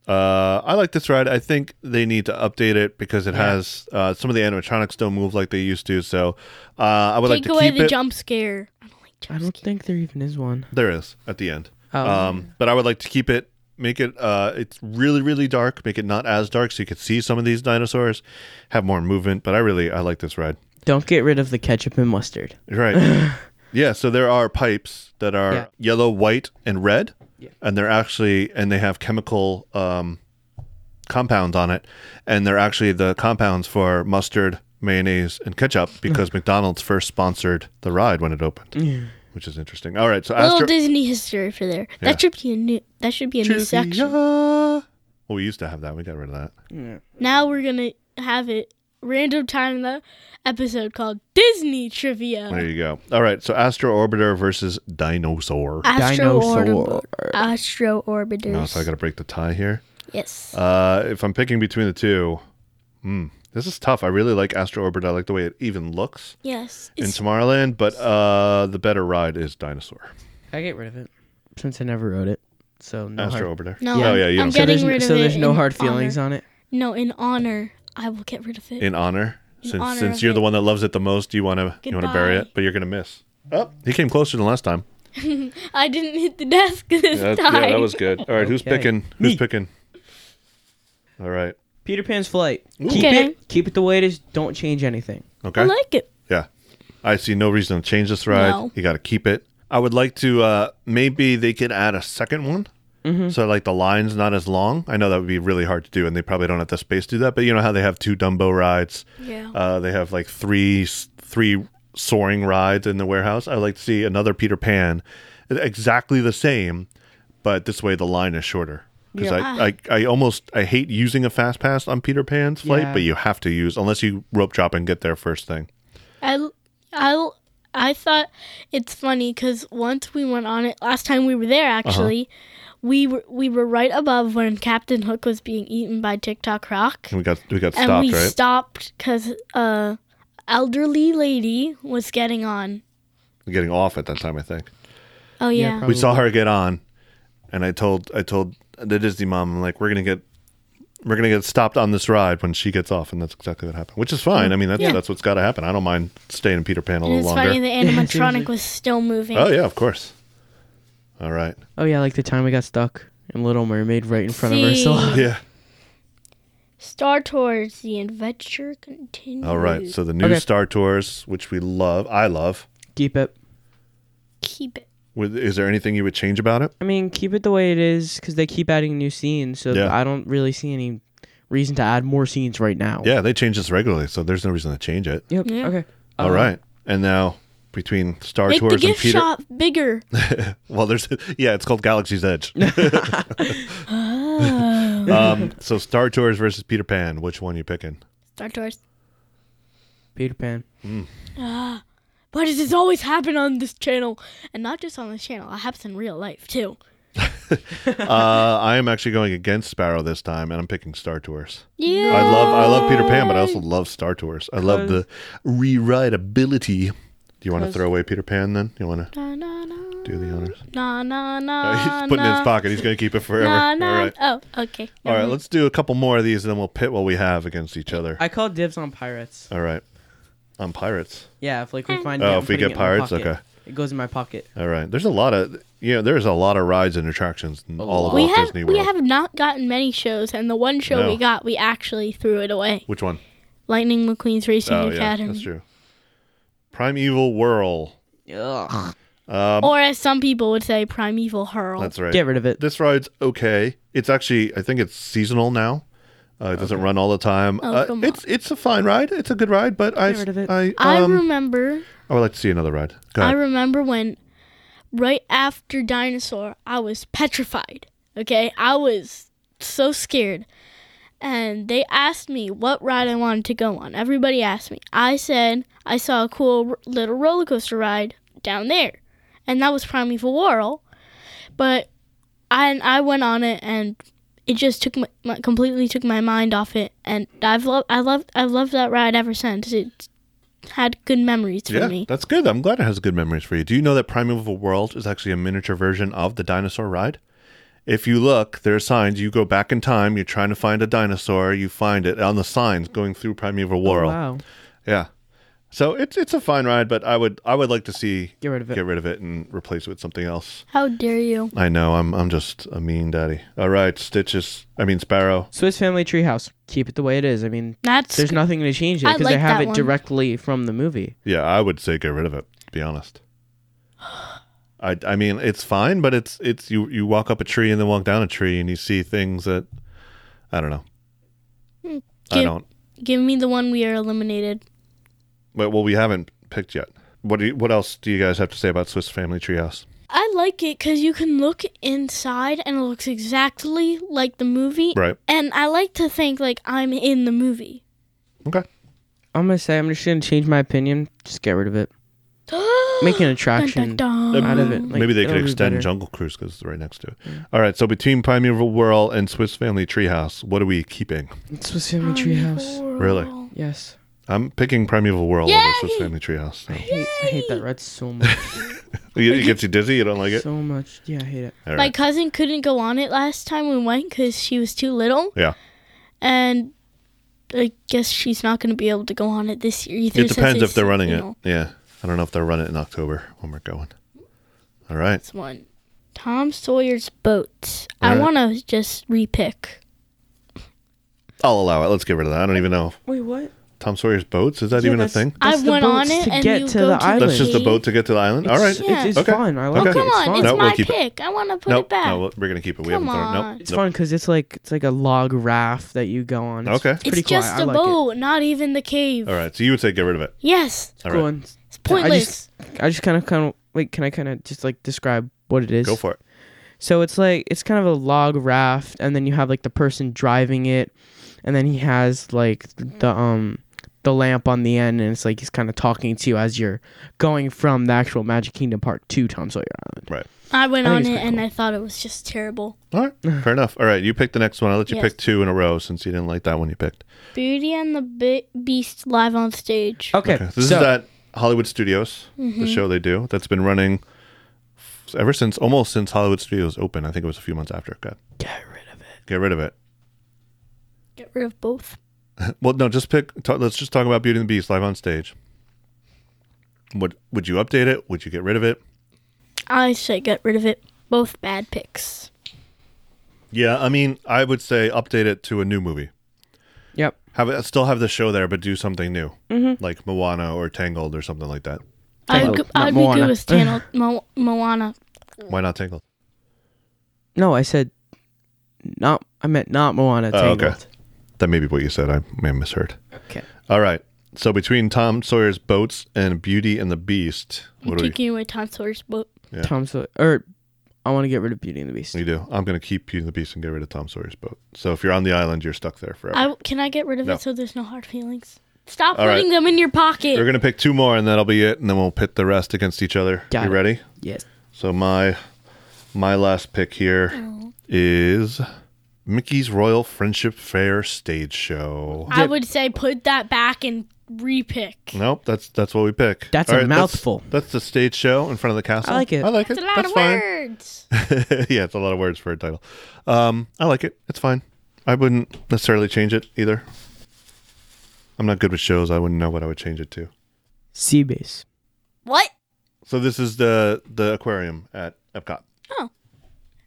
S1: Uh, I like this ride. I think they need to update it because it has uh, some of the animatronics don't move like they used to. So uh, I would
S6: Take
S1: like to
S6: away
S1: keep
S6: the
S1: it.
S6: jump scare. I don't like
S4: I don't
S6: jump scares.
S4: think there even is one.
S1: There is at the end.
S4: Oh.
S1: Um, but I would like to keep it, make it, uh, it's really, really dark, make it not as dark so you could see some of these dinosaurs, have more movement. But I really, I like this ride.
S4: Don't get rid of the ketchup and mustard.
S1: You're
S4: (laughs)
S1: right. yeah. So there are pipes that are
S4: Yeah.
S1: yellow, white, and red.
S4: Yeah.
S1: And they're actually, and they have chemical um, compounds on it. And they're actually the compounds for mustard, mayonnaise, and ketchup
S4: (laughs)
S1: because McDonald's first sponsored the ride when it opened. Which is interesting. All right, so
S6: Little
S1: Astro-
S6: Disney history for there.
S1: Yeah.
S6: That should be a new. That should be a new section.
S1: Well, Oh, we used to have that. We got rid of that.
S6: Now we're gonna have it random time in the episode called Disney Trivia.
S1: There you go. All right. So Astro Orbiter versus Dinosaur.
S6: Ah, Astro
S4: Dinosaur.
S6: Orbiter. Astro Orbiters.
S1: Now, so I got to break the tie here.
S6: yes.
S1: Uh, if I'm picking between the two, hmm, this is tough. I really like Astro Orbiter. I like the way it even looks
S6: yes.
S1: in
S6: It's,
S1: Tomorrowland, but uh, the better ride is Dinosaur.
S4: I get rid of it since I never wrote it. So no hard-
S1: Astro Orbiter.
S6: no,
S1: Oh, yeah. You
S6: I'm
S1: don't say
S6: getting
S4: so there's,
S6: rid of
S4: so
S6: it
S4: there's no
S6: in
S4: hard feelings
S6: honor.
S4: on it.
S6: no, in honor, I will get rid of it.
S1: in honor. Since
S6: honor
S1: since
S6: of
S1: you're the
S6: it.
S1: one that loves it the most, you wanna you wanna bury
S6: Goodbye.
S1: it, but you're gonna miss. Oh, he came closer than last time.
S6: (laughs) I didn't hit the desk this
S1: That-
S6: time.
S1: yeah, that was good. All right, who's
S4: Okay.
S1: picking? Who's
S4: Me.
S1: picking? All right.
S4: Peter Pan's flight. Keep
S6: Okay.
S4: it. Keep it the way it is. Don't change anything.
S1: Okay.
S6: (laughs) I like it.
S1: Yeah. I see no reason to change this ride.
S6: No.
S1: You got to keep it. I would like to uh maybe they could add a second one.
S6: Mm-hmm.
S1: So like the line's not as long. I know that would be really hard to do and they probably don't have the space to do that, but you know how they have two Dumbo rides.
S6: Yeah.
S1: Uh they have like three three soaring rides in the warehouse. I'd like to see another Peter Pan exactly the same, but this way the line is shorter. Because I, I, I almost I hate using a fast pass on Peter Pan's flight,
S4: Yeah.
S1: but you have to use unless you rope drop and get there first thing.
S6: I, I, I thought it's funny because once we went on it last time we were there
S1: Uh-huh.
S6: actually, we were we were right above when Captain Hook was being eaten by TikTok Rock,
S1: And we got we got
S6: and
S1: stopped,
S6: we
S1: right?
S6: stopped because uh, elderly lady was getting on.
S1: Getting off at that time, I think.
S6: Oh yeah,
S1: We saw her get on, and I told I told the Disney mom, I'm like, we're gonna get we're gonna get stopped on this ride when she gets off, and that's exactly what happened. Which is fine. I mean, that's that's what's got to happen. I don't mind staying in Peter Pan a
S6: Mm. and
S1: little
S6: it's funny
S4: (laughs)
S1: longer.
S6: the
S4: seems
S6: animatronic
S4: like-
S6: was still moving.
S1: Oh yeah, of course. All right.
S4: Oh yeah, like the time we got stuck in Little Mermaid right in front of
S6: See.
S4: Ursula.
S1: Yeah.
S6: Star Tours: The Adventure Continues.
S1: All right. So the new
S4: Okay.
S1: Star Tours, which we love, I love.
S4: (laughs) Keep it.
S6: keep it.
S1: With is there anything you would change about it?
S4: I mean, keep it the way it is because they keep adding new scenes. So
S1: Yeah.
S4: I don't really see any reason to add more scenes right now.
S1: Yeah, they change this regularly, so there's no reason to change it.
S4: Yep.
S6: Yeah.
S4: Okay.
S1: All right. And now between Star
S6: Make Uh-huh. the
S1: Tours and
S6: gift
S1: Peter,
S6: shop bigger.
S1: Well, there's (laughs) yeah, it's called Galaxy's Edge. (laughs) um, so Star Tours versus Peter Pan, which one you picking?
S6: Star Tours.
S4: Peter Pan.
S6: Why does this always happen on this channel? And not just on this channel, it happens in real life too.
S1: Uh, I am actually going against Sparrow this time, and I'm picking Star Tours.
S6: Yeah.
S1: I love I love Peter Pan, but I also love Star Tours. I love the rewritability. Do you want to throw away Peter Pan then? You want to
S6: Na na na
S1: do the honors? (laughs)
S6: na na na.
S1: He's putting it in his pocket. He's going to keep it forever.
S6: Na, na.
S1: All right.
S6: Oh, okay.
S1: All right, let's do a couple more of these, and then we'll pit what we have against each other.
S4: I call dibs on pirates.
S1: All right. I'm pirates.
S4: Yeah, if like we find.
S1: Oh,
S4: it, I'm
S1: if we
S4: putting
S1: get
S4: it in my
S1: pirates,
S4: pocket.
S1: okay.
S4: It goes in my pocket.
S1: All right. There's a lot of you know, there's a lot of rides and attractions in all of
S6: We
S1: Walt
S6: have
S1: Disney
S6: we
S1: World.
S6: have not gotten many shows, and the one show
S1: No.
S6: we got, we actually threw it away.
S1: Which one?
S6: Lightning McQueen's Racing
S1: Oh yeah,
S6: Academy,
S1: that's true. Primeval Whirl.
S4: Ugh.
S6: or as some people would say, Primeval Hurl.
S1: Um, That's right.
S4: Get rid of it.
S1: This ride's okay. It's actually I think it's seasonal now. Uh, it doesn't run all the time.
S6: Oh,
S1: uh,
S6: come on.
S1: it's it's a fine ride. It's a good ride, but I
S4: Get rid of it.
S1: I
S6: I
S1: um,
S6: remember
S1: I would like to see another ride. Go
S6: I
S1: ahead.
S6: remember when right after Dinosaur, I was petrified. Okay? I was so scared. And they asked me what ride I wanted to go on. Everybody asked me. I said I saw a cool r- little roller coaster ride down there. And that was Primeval Whirl. But I, and I went on it and it just took my, my completely took my mind off it and I've loved I loved I've loved that ride ever since. It had good memories for
S1: yeah,
S6: me.
S1: that's good. I'm glad it has good memories for you. Do you know that Primeval World is actually a miniature version of the dinosaur ride? If you look, there are signs. You go back in time. You're trying to find a dinosaur. You find it on the signs going through Primeval World.
S4: Oh, Wow.
S1: Yeah. So it's it's a fine ride, but I would I would like to see
S4: Get rid of it.
S1: get rid of it and replace it with something else.
S6: How dare you?
S1: I know I'm I'm just a mean daddy. All right, Stitches. I mean Sparrow.
S4: Swiss Family Treehouse. Keep it the way it is. I mean,
S6: That's
S4: there's nothing to change it
S6: I
S4: because they
S6: like
S4: have
S6: that
S4: it
S6: one.
S4: directly from the movie.
S1: Yeah, I would say get rid of it. To be honest. I, I mean it's fine, but it's it's you you walk up a tree and then walk down a tree and you see things that I don't know. I
S4: Hmm,
S6: Give-
S1: don't.
S6: Give me the one we are eliminated.
S1: But well, we haven't picked yet. What do you, what else do you guys have to say about Swiss Family Treehouse?
S6: I like it because you can look inside and it looks exactly like the movie.
S1: Right.
S6: And I like to think like I'm in the movie.
S1: Okay.
S4: I'm gonna say I'm just gonna change my opinion. Just get rid of it. Make an attraction
S6: Dun, dun,
S4: out
S6: dun.
S4: of it. Like,
S1: Maybe they
S4: it'll
S1: could
S4: be
S1: extend
S4: better. Mm.
S1: Jungle Cruise because it's right next to it. All right, so between Primeval Whirl and Swiss Family Treehouse, what are we keeping?
S4: Swiss Family Treehouse.
S1: Really?
S4: Yes.
S1: I'm picking Primeval Whirl over Swiss
S6: Yay!
S1: Family Treehouse. So.
S4: I hate, I hate that red so much.
S1: You- It gets you dizzy. You don't (laughs) like it.
S4: so much. Yeah, I hate it.
S1: All
S6: My
S1: right.
S6: cousin couldn't go on it last time we went because she was too little,
S1: Yeah.
S6: and I guess she's not going to be able to go on it this year either.
S1: It
S6: since
S1: depends if
S6: it's,
S1: they're running
S6: you
S1: it.
S6: know,
S1: Yeah. I don't know if they're running it in October when we're going. All right.
S6: This one, Tom Sawyer's boat. I
S1: Alright.
S6: want to just repick.
S1: I'll allow it. Let's get rid of that. I don't even know.
S4: Wait, what?
S1: Tom Sawyer's boats? Is that
S4: Yeah,
S1: even a
S4: that's-
S1: thing?
S6: I
S4: that's the
S6: went on
S4: boats
S6: it
S4: to
S6: and
S4: get
S6: you
S4: to
S6: go
S4: the
S6: to
S4: island.
S1: That's just the
S6: key.
S1: boat to get to the island. All right.
S4: It's- it's- it's
S1: okay.
S4: fun. I like
S1: Okay.
S4: it.
S6: Come on,
S4: fun.
S6: it's
S1: No, we'll
S6: my
S1: keep it.
S6: pick. I want to put
S1: Nope.
S6: it back.
S1: No, we'll- we're gonna keep it. We
S6: Come
S1: haven't thrown. it.
S6: on.
S1: Nope.
S4: It's fun because it's like it's like a log raft that you go on. It's
S1: Okay.
S4: pretty
S6: it's
S4: cool. I-
S6: just
S4: I
S6: a
S4: like it.
S6: boat, not even the cave.
S1: All right. So you would say get rid of it.
S6: Yes,
S1: All
S4: Cool
S1: right.
S4: ones.
S6: it's
S4: I
S6: pointless.
S4: just- I just kind of kind of wait. Can I kind of just like describe what it is?
S1: Go for it.
S4: So it's like it's kind of a log raft, and then you have like the person driving it, and then he has like the um the lamp on the end, and it's like he's kind of talking to you as you're going from the actual Magic Kingdom Park to Tom Sawyer Island.
S1: Right.
S6: I went
S4: I think
S6: on
S4: it's
S6: it
S4: pretty
S6: and
S4: cool.
S6: I thought it was just terrible.
S1: All right. Fair enough. All right. You pick the next one. I'll let you
S6: Yes.
S1: pick two in a row since you didn't like that one you picked.
S6: Beauty and the Be- Beast live on stage.
S4: Okay.
S1: Okay. This
S4: so, Mm-hmm.
S1: is at Hollywood Studios, the show they do that's been running f- ever since almost since Hollywood Studios opened. I think it was a few months after. Good.
S4: Get rid of it.
S1: Get rid of it.
S6: Get rid of both.
S1: Well, no, just pick. Talk, let's just talk about Beauty and the Beast live on stage. Would Would you update it? Would you get rid of it?
S6: I say get rid of it. Both bad picks.
S1: Yeah, I mean, I would say update it to a new movie.
S4: Yep.
S1: Have it still have the show there, but do something new, like Moana or Tangled or something like that.
S6: I
S4: Tangled,
S6: would, go-
S4: not
S6: I would be
S4: Moana.
S6: good with Tano, Mo- Moana.
S1: Why not Tangled?
S4: No, I said not. I meant not Moana.
S1: Oh, okay.
S4: Tangled.
S1: That may be what you said. I may have misheard.
S4: okay.
S1: All right. So between Tom Sawyer's boats and Beauty and the Beast,
S6: I'm
S1: what do we?
S6: taking away Tom Sawyer's boat.
S1: Yeah.
S4: Tom Sawyer. Or I want to get rid of Beauty and the Beast.
S1: You do. I'm going to keep Beauty and the Beast and get rid of Tom Sawyer's boat. So if you're on the island, you're stuck there forever.
S6: I, can I get rid of
S1: No.
S6: it so there's no hard feelings? Stop
S1: All right.
S6: putting them in your pocket.
S1: We're going to pick two more, and that'll be it. And then we'll pit the rest against each other.
S4: Got
S1: you
S4: it.
S1: ready?
S4: Yes.
S1: So my my last pick here
S4: Oh.
S1: is Mickey's Royal Friendship Fair stage show.
S6: I would say put that back and repick.
S1: Nope, that's that's what we pick.
S4: That's a mouthful.
S1: That's, the stage show in front of the castle.
S4: I like it.
S1: I like
S6: That's
S1: it.
S6: a lot
S1: that's
S6: of
S1: fine.
S6: words.
S1: (laughs) yeah, it's a lot of words for a title. Um, I like it. It's fine. I wouldn't necessarily change it either. I'm not good with shows. I wouldn't know what I would change it to.
S4: Sea Base.
S6: what?
S1: So this is the the aquarium at Epcot.
S6: Oh.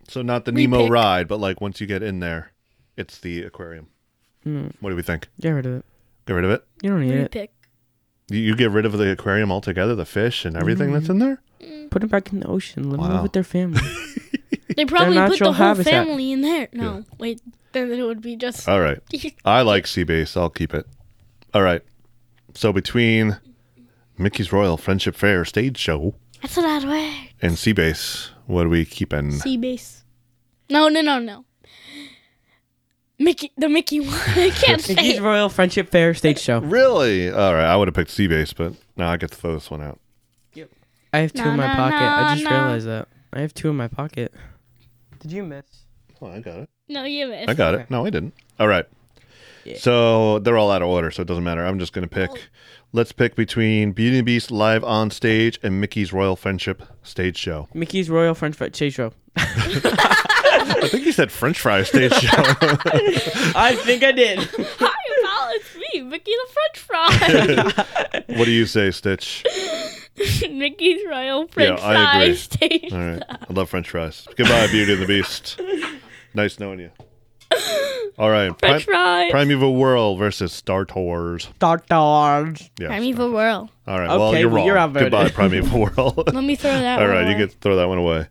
S1: So not the Nemo
S6: Repick.
S1: ride, but like once you get in there, it's the aquarium. What do we think?
S4: Get rid of it.
S1: Get rid of it.
S4: You don't need
S1: (laughs)
S4: it.
S6: Repick.
S1: You, you get rid of the aquarium altogether, the fish and everything that's in there.
S4: Put them back in the ocean. Let them
S1: Wow.
S4: live with
S1: (laughs)
S4: their family.
S6: They probably put the
S4: natural
S6: whole
S4: habitat.
S6: family in there. No, wait. Then it would be just. (laughs)
S1: All right. I like Seabase. I'll keep it. All right. So between Mickey's Royal Friendship Fair stage show
S6: That's a lot of words.
S1: and Seabase, what are we keeping?
S6: Sea base. No, no, no, no. Mickey, the Mickey one. (laughs)
S1: (laughs)
S6: I can't say
S4: Mickey's
S6: it.
S4: Royal Friendship Fair stage show.
S1: really? All right. I would have picked Seabase, but now I get to throw this one out.
S4: (laughs) I have two in my
S6: Na, na,
S4: pocket. I
S6: na,
S4: just
S6: na.
S4: realized that. I have two in my pocket. Did you miss?
S1: Oh, I got it.
S6: No, you missed.
S1: I got it. No, I didn't. All right. So they're all out of order, so it doesn't matter. I'm just going to pick. Let's pick between Beauty and the Beast live on stage and Mickey's Royal Friendship stage show.
S4: Mickey's Royal French Fry stage show.
S1: I think you said French fry stage show.
S4: (laughs)
S1: (laughs)
S4: I think I (laughs) did.
S6: (laughs) Hi, pal, it's me, Mickey the
S1: (laughs)
S6: French
S1: what do you say, Stitch?
S6: fry. (laughs) Mickey's Royal French
S1: I agree.
S6: fry stage.
S1: All right. I love French fries. Goodbye, Beauty and the Beast. Nice knowing you. All right.
S6: (laughs) French
S1: Prime-
S6: fries.
S1: Primeval World versus Star Tours.
S4: Star Wars.
S1: Yeah.
S6: Primeval World.
S1: All right. Well,
S4: Okay,
S1: you're
S4: well,
S1: wrong.
S4: you're outvoted.
S1: Goodbye, Primeval World.
S4: (laughs)
S6: Let me throw
S1: (laughs)
S6: that
S1: All
S6: one
S1: right. You
S6: away.
S1: get to throw that one away.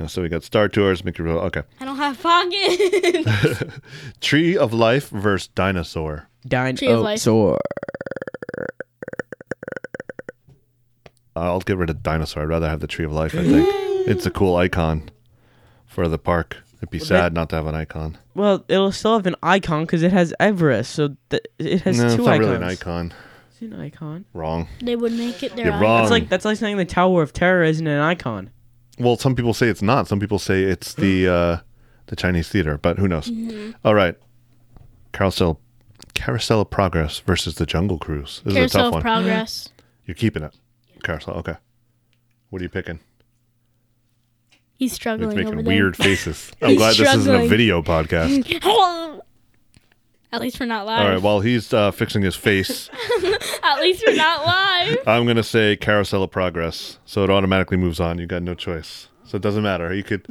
S1: Uh, so we got Star Tours, Mickey Royal. Okay.
S6: I don't have pockets. (laughs)
S1: Tree of Life versus Dinosaur.
S6: of Life.
S4: Dinosaur.
S1: I'll get rid of Dinosaur. I'd rather have the Tree of Life, I
S6: (gasps)
S1: think. it's a cool icon for the park. It'd be sad not to have an icon.
S4: Well, it'll still have an icon because it has Everest, so th- it has
S1: no,
S4: two
S1: it's not
S4: icons.
S1: really an icon.
S4: It's an icon.
S1: Wrong.
S6: they would make it their
S1: You're
S6: own.
S1: wrong.
S4: That's like that's like saying the Tower of Terror isn't an icon.
S1: Well, some people say it's not. Some people say it's
S6: (gasps)
S1: the uh, the Chinese theater, but who knows?
S6: Mm-hmm.
S1: All right, Carousel Carousel of Progress versus the Jungle Cruise. This is a
S6: Carousel
S1: tough
S6: of
S1: one.
S6: Progress.
S1: You're keeping it. Carousel. Okay. What are you picking?
S6: He's
S1: It's
S6: struggling over
S1: making
S6: there. (laughs)
S1: weird faces. I'm
S6: He's
S1: glad this isn't a
S6: struggling.
S1: video
S6: (laughs)
S1: podcast.
S6: At least we're not
S1: All
S6: live.
S1: right. While he's uh, fixing his
S6: (laughs)
S1: face,
S6: At least we're not live.
S1: (laughs)
S6: (laughs)
S1: I'm gonna say
S6: (laughs)
S1: Carousel of Progress, so it automatically moves on. You got no choice. So it doesn't matter. You could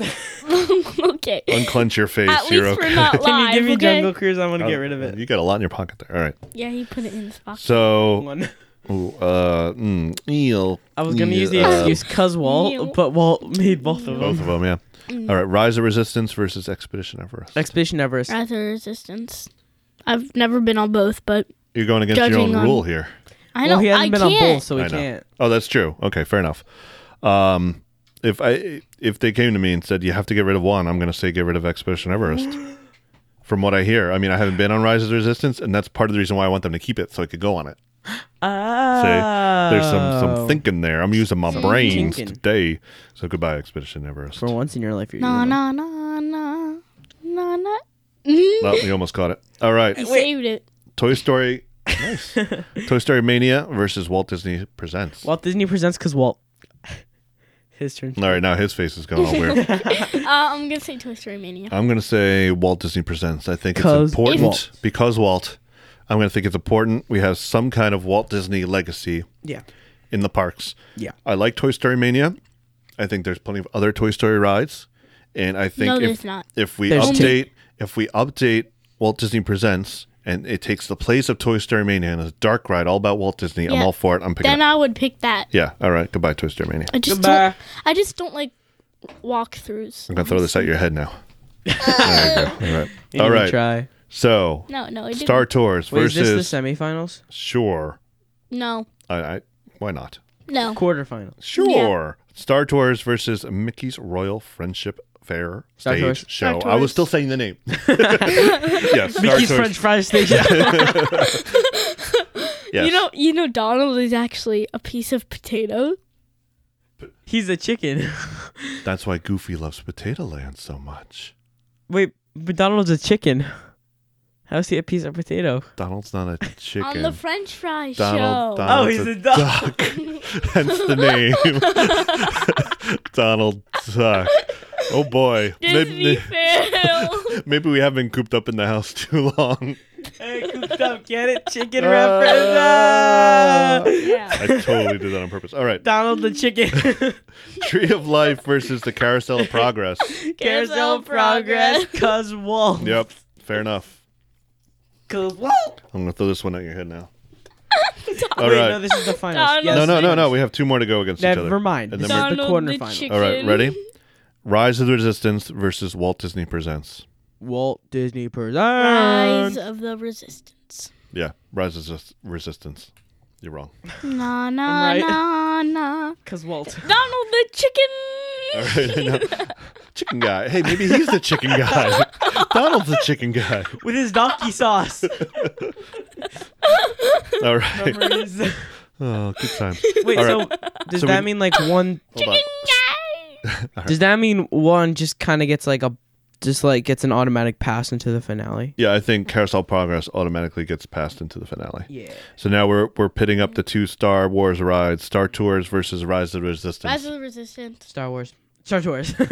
S6: okay.
S1: Unclench your face.
S6: At
S1: You're
S6: least
S1: okay. (laughs)
S6: we're not
S4: Can
S6: live.
S4: you give me
S6: okay?
S4: Jungle Cruise? I want to get rid of it.
S1: You got a lot in your pocket there. All right.
S6: Yeah, he put it in his pocket.
S1: So,
S4: One.
S1: ooh, uh, mm, eel.
S4: I was gonna use the
S1: eel, uh,
S4: excuse cause
S6: Ew.
S4: Walt, but Walt made both of
S1: Both
S4: them.
S1: of them, yeah.
S6: Mm.
S1: All right. Rise of Resistance versus Expedition Everest.
S4: Expedition Everest.
S6: Rather resistance. I've never been on both, but
S1: You're going against your own
S6: Judging on-
S1: rule here.
S6: I
S4: Well,
S6: don't.
S4: he hasn't
S6: I
S4: been
S6: can't.
S4: on both, so he
S1: I know.
S4: can't.
S1: Oh, that's true. Okay, fair enough. Um, if I if they came to me and said you have to get rid of one, I'm going to say get rid of Expedition
S4: (laughs)
S1: Everest. From what I hear, I mean, I haven't been on Rise of the Resistance, and that's part of the reason why I want them to keep it so I could go on it. See, there's some some
S4: Oh.
S1: thinking there. I'm using my brains
S4: thinking.
S1: today. So goodbye, Expedition Everest.
S4: For once in your life, you're
S6: Na
S4: evil.
S6: na na na na na. (laughs)
S1: Oh, you almost caught it. All right,
S6: He saved it.
S1: Toy Story.
S4: (laughs)
S1: Nice. Toy Story Mania versus Walt Disney Presents.
S4: Walt Disney presents because Walt. (laughs) His turn.
S1: All right, now his face is going all weird.
S6: Uh, I'm gonna say Toy Story Mania.
S1: I'm going to say Walt Disney Presents. I think it's
S4: 'Cause
S1: important
S4: Walt.
S1: because Walt. I'm going to think it's important. We have some kind of Walt Disney legacy
S4: Yeah.
S1: in the parks.
S4: Yeah.
S1: I like Toy Story Mania. I think there's plenty of other Toy Story rides, and I think
S6: No,
S1: if
S6: there's not.
S1: if we
S4: There's two.
S1: update if we update Walt Disney Presents and it takes the place of Toy Story Mania and it's a dark ride all about Walt Disney, I'm
S6: Yeah.
S1: all for it. I'm picking.
S6: Then
S1: it.
S6: I would pick that.
S1: yeah. All right. Goodbye, Toy Story Mania.
S6: I just
S4: Goodbye.
S6: don't. I just don't like walkthroughs.
S1: I'm gonna throw this at your head
S6: (laughs)
S1: now. there you go. All right.
S4: You
S1: All
S4: didn't
S1: right.
S4: Try.
S1: So
S6: No, no, I didn't.
S1: Star Tours
S4: Wait,
S1: versus
S4: is this the semifinals?
S1: Sure.
S6: No,
S1: I, I why not?
S6: no.
S4: Quarterfinals.
S1: Sure. Star Tours versus Mickey's Royal Friendship Fair
S4: Star
S1: stage
S4: Tours.
S1: show.
S6: Star
S1: I was
S6: Tours.
S1: still saying the
S6: (laughs)
S1: name. (laughs) yes, Star
S4: Mickey's
S1: Tours.
S4: French fries station.
S1: Yes.
S6: You know, you know, Donald is actually a piece of potato.
S4: (laughs) He's a chicken.
S1: That's why Goofy loves Potato Land so much.
S4: Wait, but Donald's a chicken. How's he a piece of potato?
S1: Donald's not a chicken.
S6: (laughs) On the French fry
S1: Donald,
S6: show.
S1: Donald's
S4: Oh, he's a duck.
S1: (laughs) Hence the name. (laughs) Donald Duck. Oh boy. (laughs)
S6: Disney
S1: Maybe,
S6: (laughs) fail.
S1: (laughs) maybe we have been cooped up in the house too long.
S4: hey, cooped up, get it? Chicken
S1: Uh, Ah.
S4: reference. Ah!
S6: yeah.
S1: I totally did that on purpose. All right.
S4: Donald the (laughs) chicken.
S1: Tree of Life versus the Carousel of Progress.
S4: Carousel progress. Cause Walt.
S1: Yep. Fair enough.
S4: Cause Walt.
S1: I'm gonna throw this one at your head now.
S4: (laughs)
S1: All
S4: Wait, no,
S1: right.
S4: this is the finals.
S6: Donald.
S4: Yes,
S1: No, no, no,
S4: finals.
S1: no. We have two more to go against each other.
S4: Never mind.
S1: And
S4: This
S1: then
S4: is
S1: we're-
S6: Donald
S4: the
S6: the
S4: quarterfinals.
S6: chicken.
S1: All right, ready? Rise of the Resistance versus Walt Disney Presents.
S4: Walt Disney presents.
S6: Rise of the Resistance.
S1: Yeah, Rise of Res- Resistance. You're wrong. (laughs)
S6: Na na
S4: right.
S6: na na.
S4: Cause Walt.
S6: Donald the chicken.
S1: All right, I know. chicken guy. Hey, maybe he's the chicken guy. (laughs) Donald's the chicken guy.
S4: With his
S1: (laughs)
S4: donkey sauce.
S1: All right.
S4: (laughs) Remember his-
S1: Oh, good time.
S4: Wait,
S1: All
S4: so
S1: right.
S4: does
S1: So we-
S4: that mean like one?
S1: Hold on.
S4: Does that mean one just kind of gets like a, just like gets an automatic pass into the finale?
S1: Yeah, I think Carousel Progress automatically gets passed into the finale.
S4: Yeah.
S1: So now we're we're pitting up the two Star Wars rides, Star Tours versus Rise of the Resistance.
S6: Rise of the Resistance.
S4: Star Wars. Star Wars. (laughs)
S1: like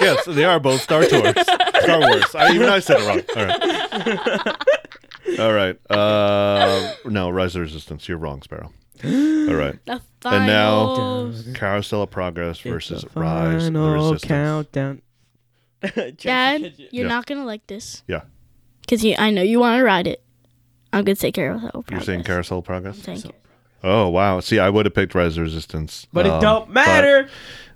S1: yes, they are both Star
S6: (laughs)
S1: Tours. Star Wars. I, even I said it wrong. All right.
S6: (laughs)
S1: All right. Uh, no, Rise of Resistance. You're wrong, Sparrow. All right.
S6: The
S1: And now-
S6: finals.
S1: Carousel of Progress versus
S4: The
S1: Rise of the
S4: final
S1: Resistance.
S4: countdown.
S6: Dad, you're
S1: Yeah.
S6: not gonna like this
S1: Yeah.
S6: because I know you want to ride it. I'm gonna say Carousel.
S1: You're
S6: Progress.
S1: saying Carousel of Progress?
S6: I'm saying Carousel.
S1: Oh wow. See, I would have picked Rise of Resistance.
S4: But
S1: Um,
S4: it don't matter.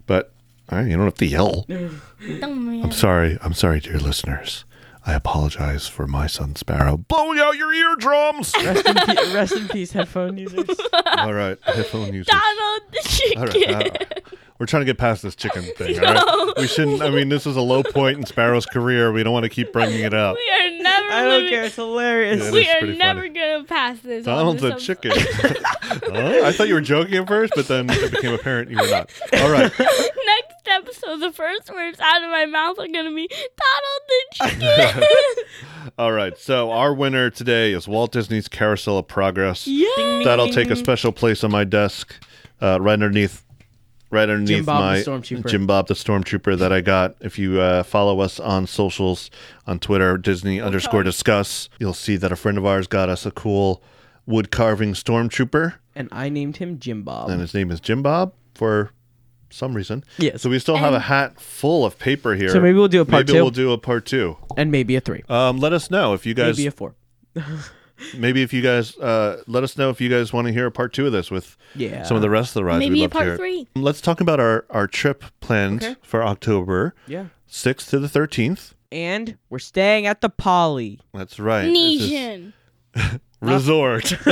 S1: But, but all right, you don't have to yell.
S6: Don't worry.
S1: I'm sorry. I'm sorry, dear listeners. I apologize for my son Sparrow blowing out your (laughs) eardrums.
S4: Rest, in pe- rest in peace, headphone users.
S1: all right, headphone users.
S6: Donald the chicken.
S1: All right, all right. uh, We're trying to get past this
S6: (laughs)
S1: chicken thing. All right, we shouldn't. I mean, this is a low point in Sparrow's career. We don't want to keep bringing it up.
S6: (laughs) We are never.
S4: I don't
S6: living-
S4: care. It's hilarious.
S1: Yeah. That
S6: We
S1: is
S6: are
S1: pretty
S6: never
S1: funny.
S6: gonna pass this.
S1: Donald's a
S6: on this
S1: chicken. (laughs) Huh? I thought you were joking at first, but then it became apparent you were not. All right.
S6: (laughs) Next episode, the first words out of my mouth are gonna be
S1: (laughs)
S6: Donald the chicken.
S1: All right. So our winner today is Walt Disney's Carousel of Progress.
S6: (laughs) yeah.
S1: That'll take a special place on my desk, uh, right underneath, right underneath
S4: Bob
S1: my
S4: the Stormtrooper.
S1: Jim Bob the Stormtrooper that I got. If you uh, follow us on socials on Twitter, Disney underscore discuss, you'll see that a friend of ours got us a cool wood carving stormtrooper,
S4: And I named him Jim Bob.
S1: and his name is Jim Bob for some reason.
S4: Yes.
S1: So we still have a hat full of paper here.
S4: So maybe we'll do a part
S1: Maybe
S4: two.
S1: we'll do a part two.
S4: and maybe a three,
S1: Um, let us know if you guys
S4: maybe a four.
S1: maybe if you guys uh, let us know if you guys want to hear a part two of this with
S4: Yeah.
S1: some of the rest of the rides.
S6: Maybe
S1: We'd
S6: a
S1: love to
S6: part
S1: hear it.
S6: three.
S1: Let's talk about our our trip planned
S4: Okay.
S1: for October
S4: Yeah.
S1: sixth to the thirteenth.
S4: And we're staying at the Poly.
S1: That's right. This is
S6: Nesian.
S1: Resort. (laughs)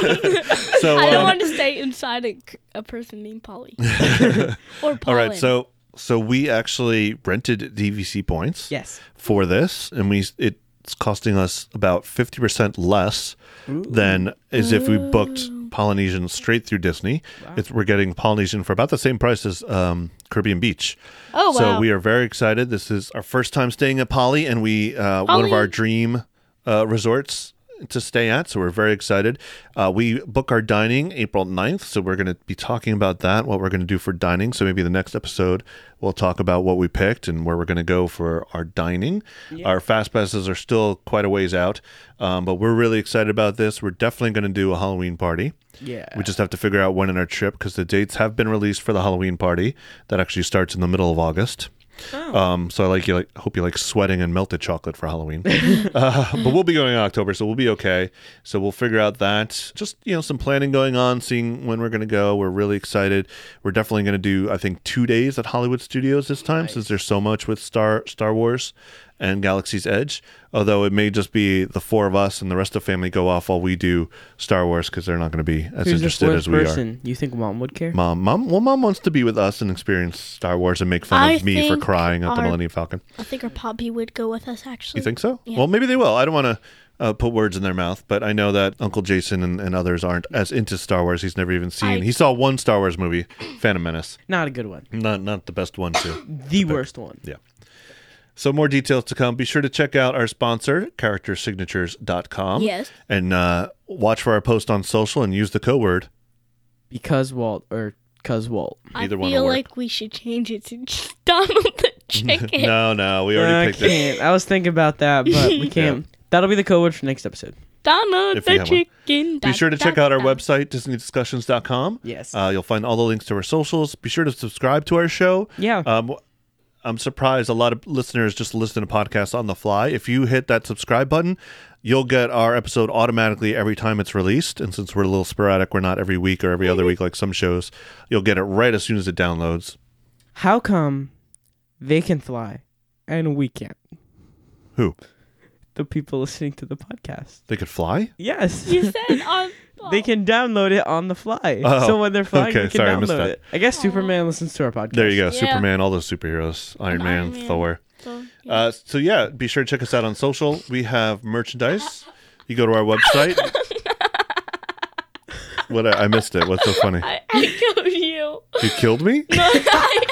S1: so
S6: I don't
S1: um,
S6: want to stay inside a, c- a person
S1: (laughs)
S6: named Polly or Paulin.
S1: all right, so so we actually rented DVC points.
S4: Yes.
S1: for this, and we it's costing us about fifty percent less than as if we booked Polynesian straight through Disney. It's we're getting Polynesian for about the same price as um, Caribbean Beach.
S6: oh
S1: so
S6: wow,
S1: we are very excited. This is our first time staying at Poly, and we uh, one of
S6: Poly.
S1: our dream uh, resorts to stay at. So we're very excited. Uh, we book our dining April 9th. So we're going to be talking about that, what we're going to do for dining. So maybe the next episode we'll talk about what we picked and where we're going to go for our dining. Our fast passes are still quite a ways out, um, but we're really excited about this. We're definitely going to do a Halloween party.
S4: Yeah.
S1: We just have to figure out when in our trip because the dates have been released for the Halloween party that actually starts in the middle of August. Um, so I like you. Like, hope you like sweating and melted chocolate for Halloween. uh, but we'll be going in October, so we'll be okay. So we'll figure out that. Just you know, some planning going on, seeing when we're gonna go. We're really excited. We're definitely gonna do. I think two days at Hollywood Studios this time, since there's so much with Star Star Wars and Galaxy's Edge. Although it may just be the four of us and the rest of the family go off while we do Star Wars because they're not gonna be as
S4: Who's the
S1: interested
S4: fourth
S1: as we are.
S4: person? You think mom would care?
S1: Mom, mom, well, mom wants to be with us and experience Star Wars and make fun
S6: I
S1: of me for
S6: think
S1: crying at the
S6: our-
S1: Millennium Falcon.
S6: I think our Poppy would go with us actually.
S1: You think so? Well, maybe they will. I don't want to uh, put words in their mouth, but I know that Uncle Jason and, and others aren't as into Star Wars. He's never even seen.
S6: I-
S1: He saw one Star Wars movie, Phantom Menace.
S4: Not a good one.
S1: Not not the best one too.
S4: The worst one.
S1: Yeah. (coughs) So more details to come. Be sure to check out our sponsor, charactersignatures.com.
S6: Yes.
S1: And uh, watch for our post on social and use the code word.
S6: (laughs)
S4: Because Walt or cuz Walt.
S6: I
S1: Either
S6: feel
S1: one will work.
S6: like we should change it to (laughs) just Donald
S1: (laughs)
S6: the Chicken.
S1: No, no, we
S4: I
S1: already picked it.
S4: can't. I was thinking about that,
S1: (laughs)
S4: but we can't. That'll be the code word for next episode.
S6: Donald
S1: If we
S6: the
S1: have one.
S6: Chicken.
S1: Be sure to check out our website, DisneyDiscussions.com.
S4: Yes.
S1: Uh, you'll find all the links to our socials. Be sure to subscribe to our show.
S4: Yeah.
S1: Um, I'm surprised a lot of listeners just listen to podcasts on the fly. If you hit that subscribe button, you'll get our episode automatically every time it's released. And since we're a little sporadic, we're not every week or every other week like some shows. You'll get it right as soon as it downloads.
S4: How come they can fly and we can't?
S1: Who?
S4: The people listening to the podcast.
S1: They could fly?
S4: (laughs) Yes.
S6: You said on.
S4: They can download it on the fly.
S1: Oh,
S4: so when they're flying,
S1: okay,
S4: they can
S1: sorry, I missed
S4: download
S1: that.
S4: it. I guess Superman listens to our podcast.
S1: There you go.
S6: Yeah.
S1: Superman, all those superheroes, Iron Man,
S6: Iron Man.
S1: Thor.
S6: So, yeah.
S1: Uh, so yeah, be sure to check us out on social. We have merchandise. You go to our
S6: (laughs)
S1: website. what I, I missed it. What's so funny?
S6: I, I killed you. (laughs)
S1: You killed me?
S6: I,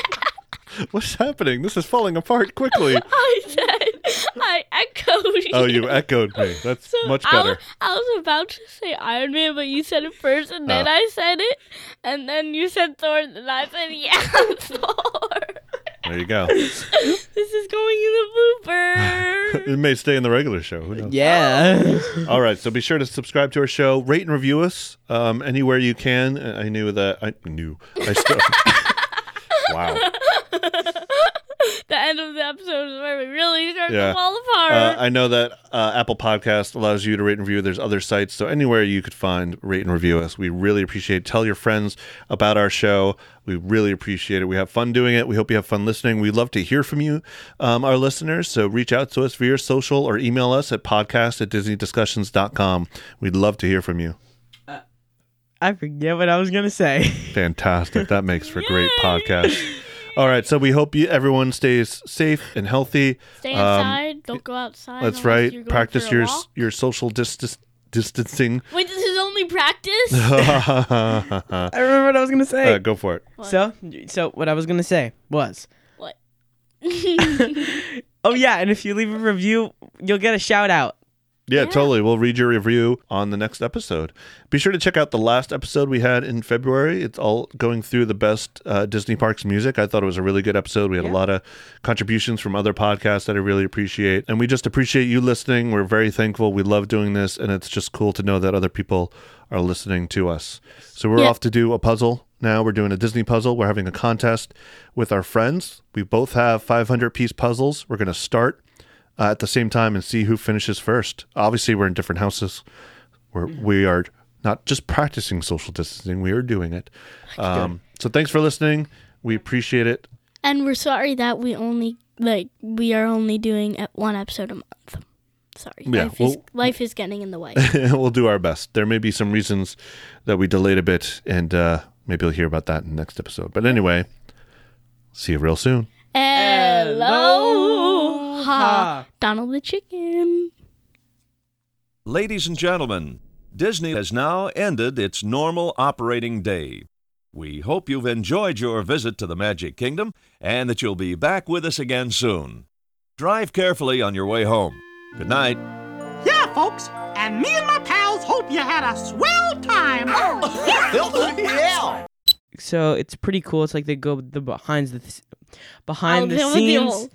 S1: What's happening? This is falling apart quickly.
S6: I said I echoed you.
S1: Oh, you echoed me. That's
S6: So
S1: much
S6: I,
S1: better.
S6: was- I was about to say Iron Man, but you said it first, and
S1: Uh.
S6: then I said it, and then you said Thor, and I said yeah, (laughs) Thor.
S1: There you go.
S6: This is going in the
S1: (laughs)
S6: blooper.
S1: It may stay in the regular show. Who knows?
S4: Yeah. (laughs)
S1: All right. So be sure to subscribe to our show, rate and review us um, anywhere you can. I I knew that. I knew. I still. wow.
S6: the end of the episode is where we really start
S1: Yeah.
S6: to fall apart.
S1: Uh, I know that uh, Apple Podcast allows you to rate and review. There's other sites, so anywhere you could find, rate and review us. We really appreciate. it. Tell your friends about our show. We really appreciate it. We have fun doing it. We hope you have fun listening. We love to hear from you, um, our listeners. So reach out to us via social or email us at podcast at disneydiscussions.com. We'd love to hear from you.
S4: I forget what I was gonna say. (laughs)
S1: Fantastic. That makes for great
S6: (laughs)
S1: podcast. All right, so we hope you everyone stays safe and healthy.
S6: Stay
S1: Um,
S6: inside. don't go outside.
S1: That's
S6: unless you're
S1: right.
S6: going
S1: Practice
S6: for a
S1: your
S6: walk.
S1: your social distas- distancing.
S6: Wait, this is
S1: (laughs)
S6: only (laughs) practice.
S1: uh,
S4: I remember what I was gonna say.
S1: go for it.
S4: so, so what I was gonna say was,
S6: what?
S4: oh yeah, and if you leave a review, you'll get a shout out.
S1: Yeah, totally. We'll read your review on the next episode. Be sure to check out the last episode we had in February. It's all going through the best uh, Disney Parks music. I thought it was a really good episode. We had a lot of contributions from other podcasts that I really appreciate. And we just appreciate you listening. We're very thankful. We love doing this. And it's just cool to know that other people are listening to us. So we're
S6: Yeah.
S1: off to do a puzzle now we're doing a Disney puzzle. We're having a contest with our friends. We both have 500 piece puzzles. We're going to start uh, at the same time and see who finishes first. Obviously, we're in different houses. We're, we are not just practicing social distancing, we are doing it. Um, so thanks for listening. We appreciate it. (laughs)
S6: And we're sorry that we only like we are only doing at one episode a month. Sorry,
S1: Yeah,
S6: life, is,
S1: well-
S6: life is getting in
S1: (laughs)
S6: the way.
S1: we'll do our best. There may be some reasons that we delayed a bit, and uh, maybe you'll hear about that in the next episode. But anyway, see you real soon.
S6: Aloha, Donald the chicken.
S7: Ladies and gentlemen, Disney has now ended its normal operating day. We hope you've enjoyed your visit to the Magic Kingdom and that you'll be back with us again soon. Drive carefully on your way home. Good night.
S9: Yeah, folks. And me and my pals hope you had a swell time.
S4: So it's pretty cool. It's like they go the behind the behind
S6: Oh,
S4: the
S6: that was the
S4: scenes
S6: old-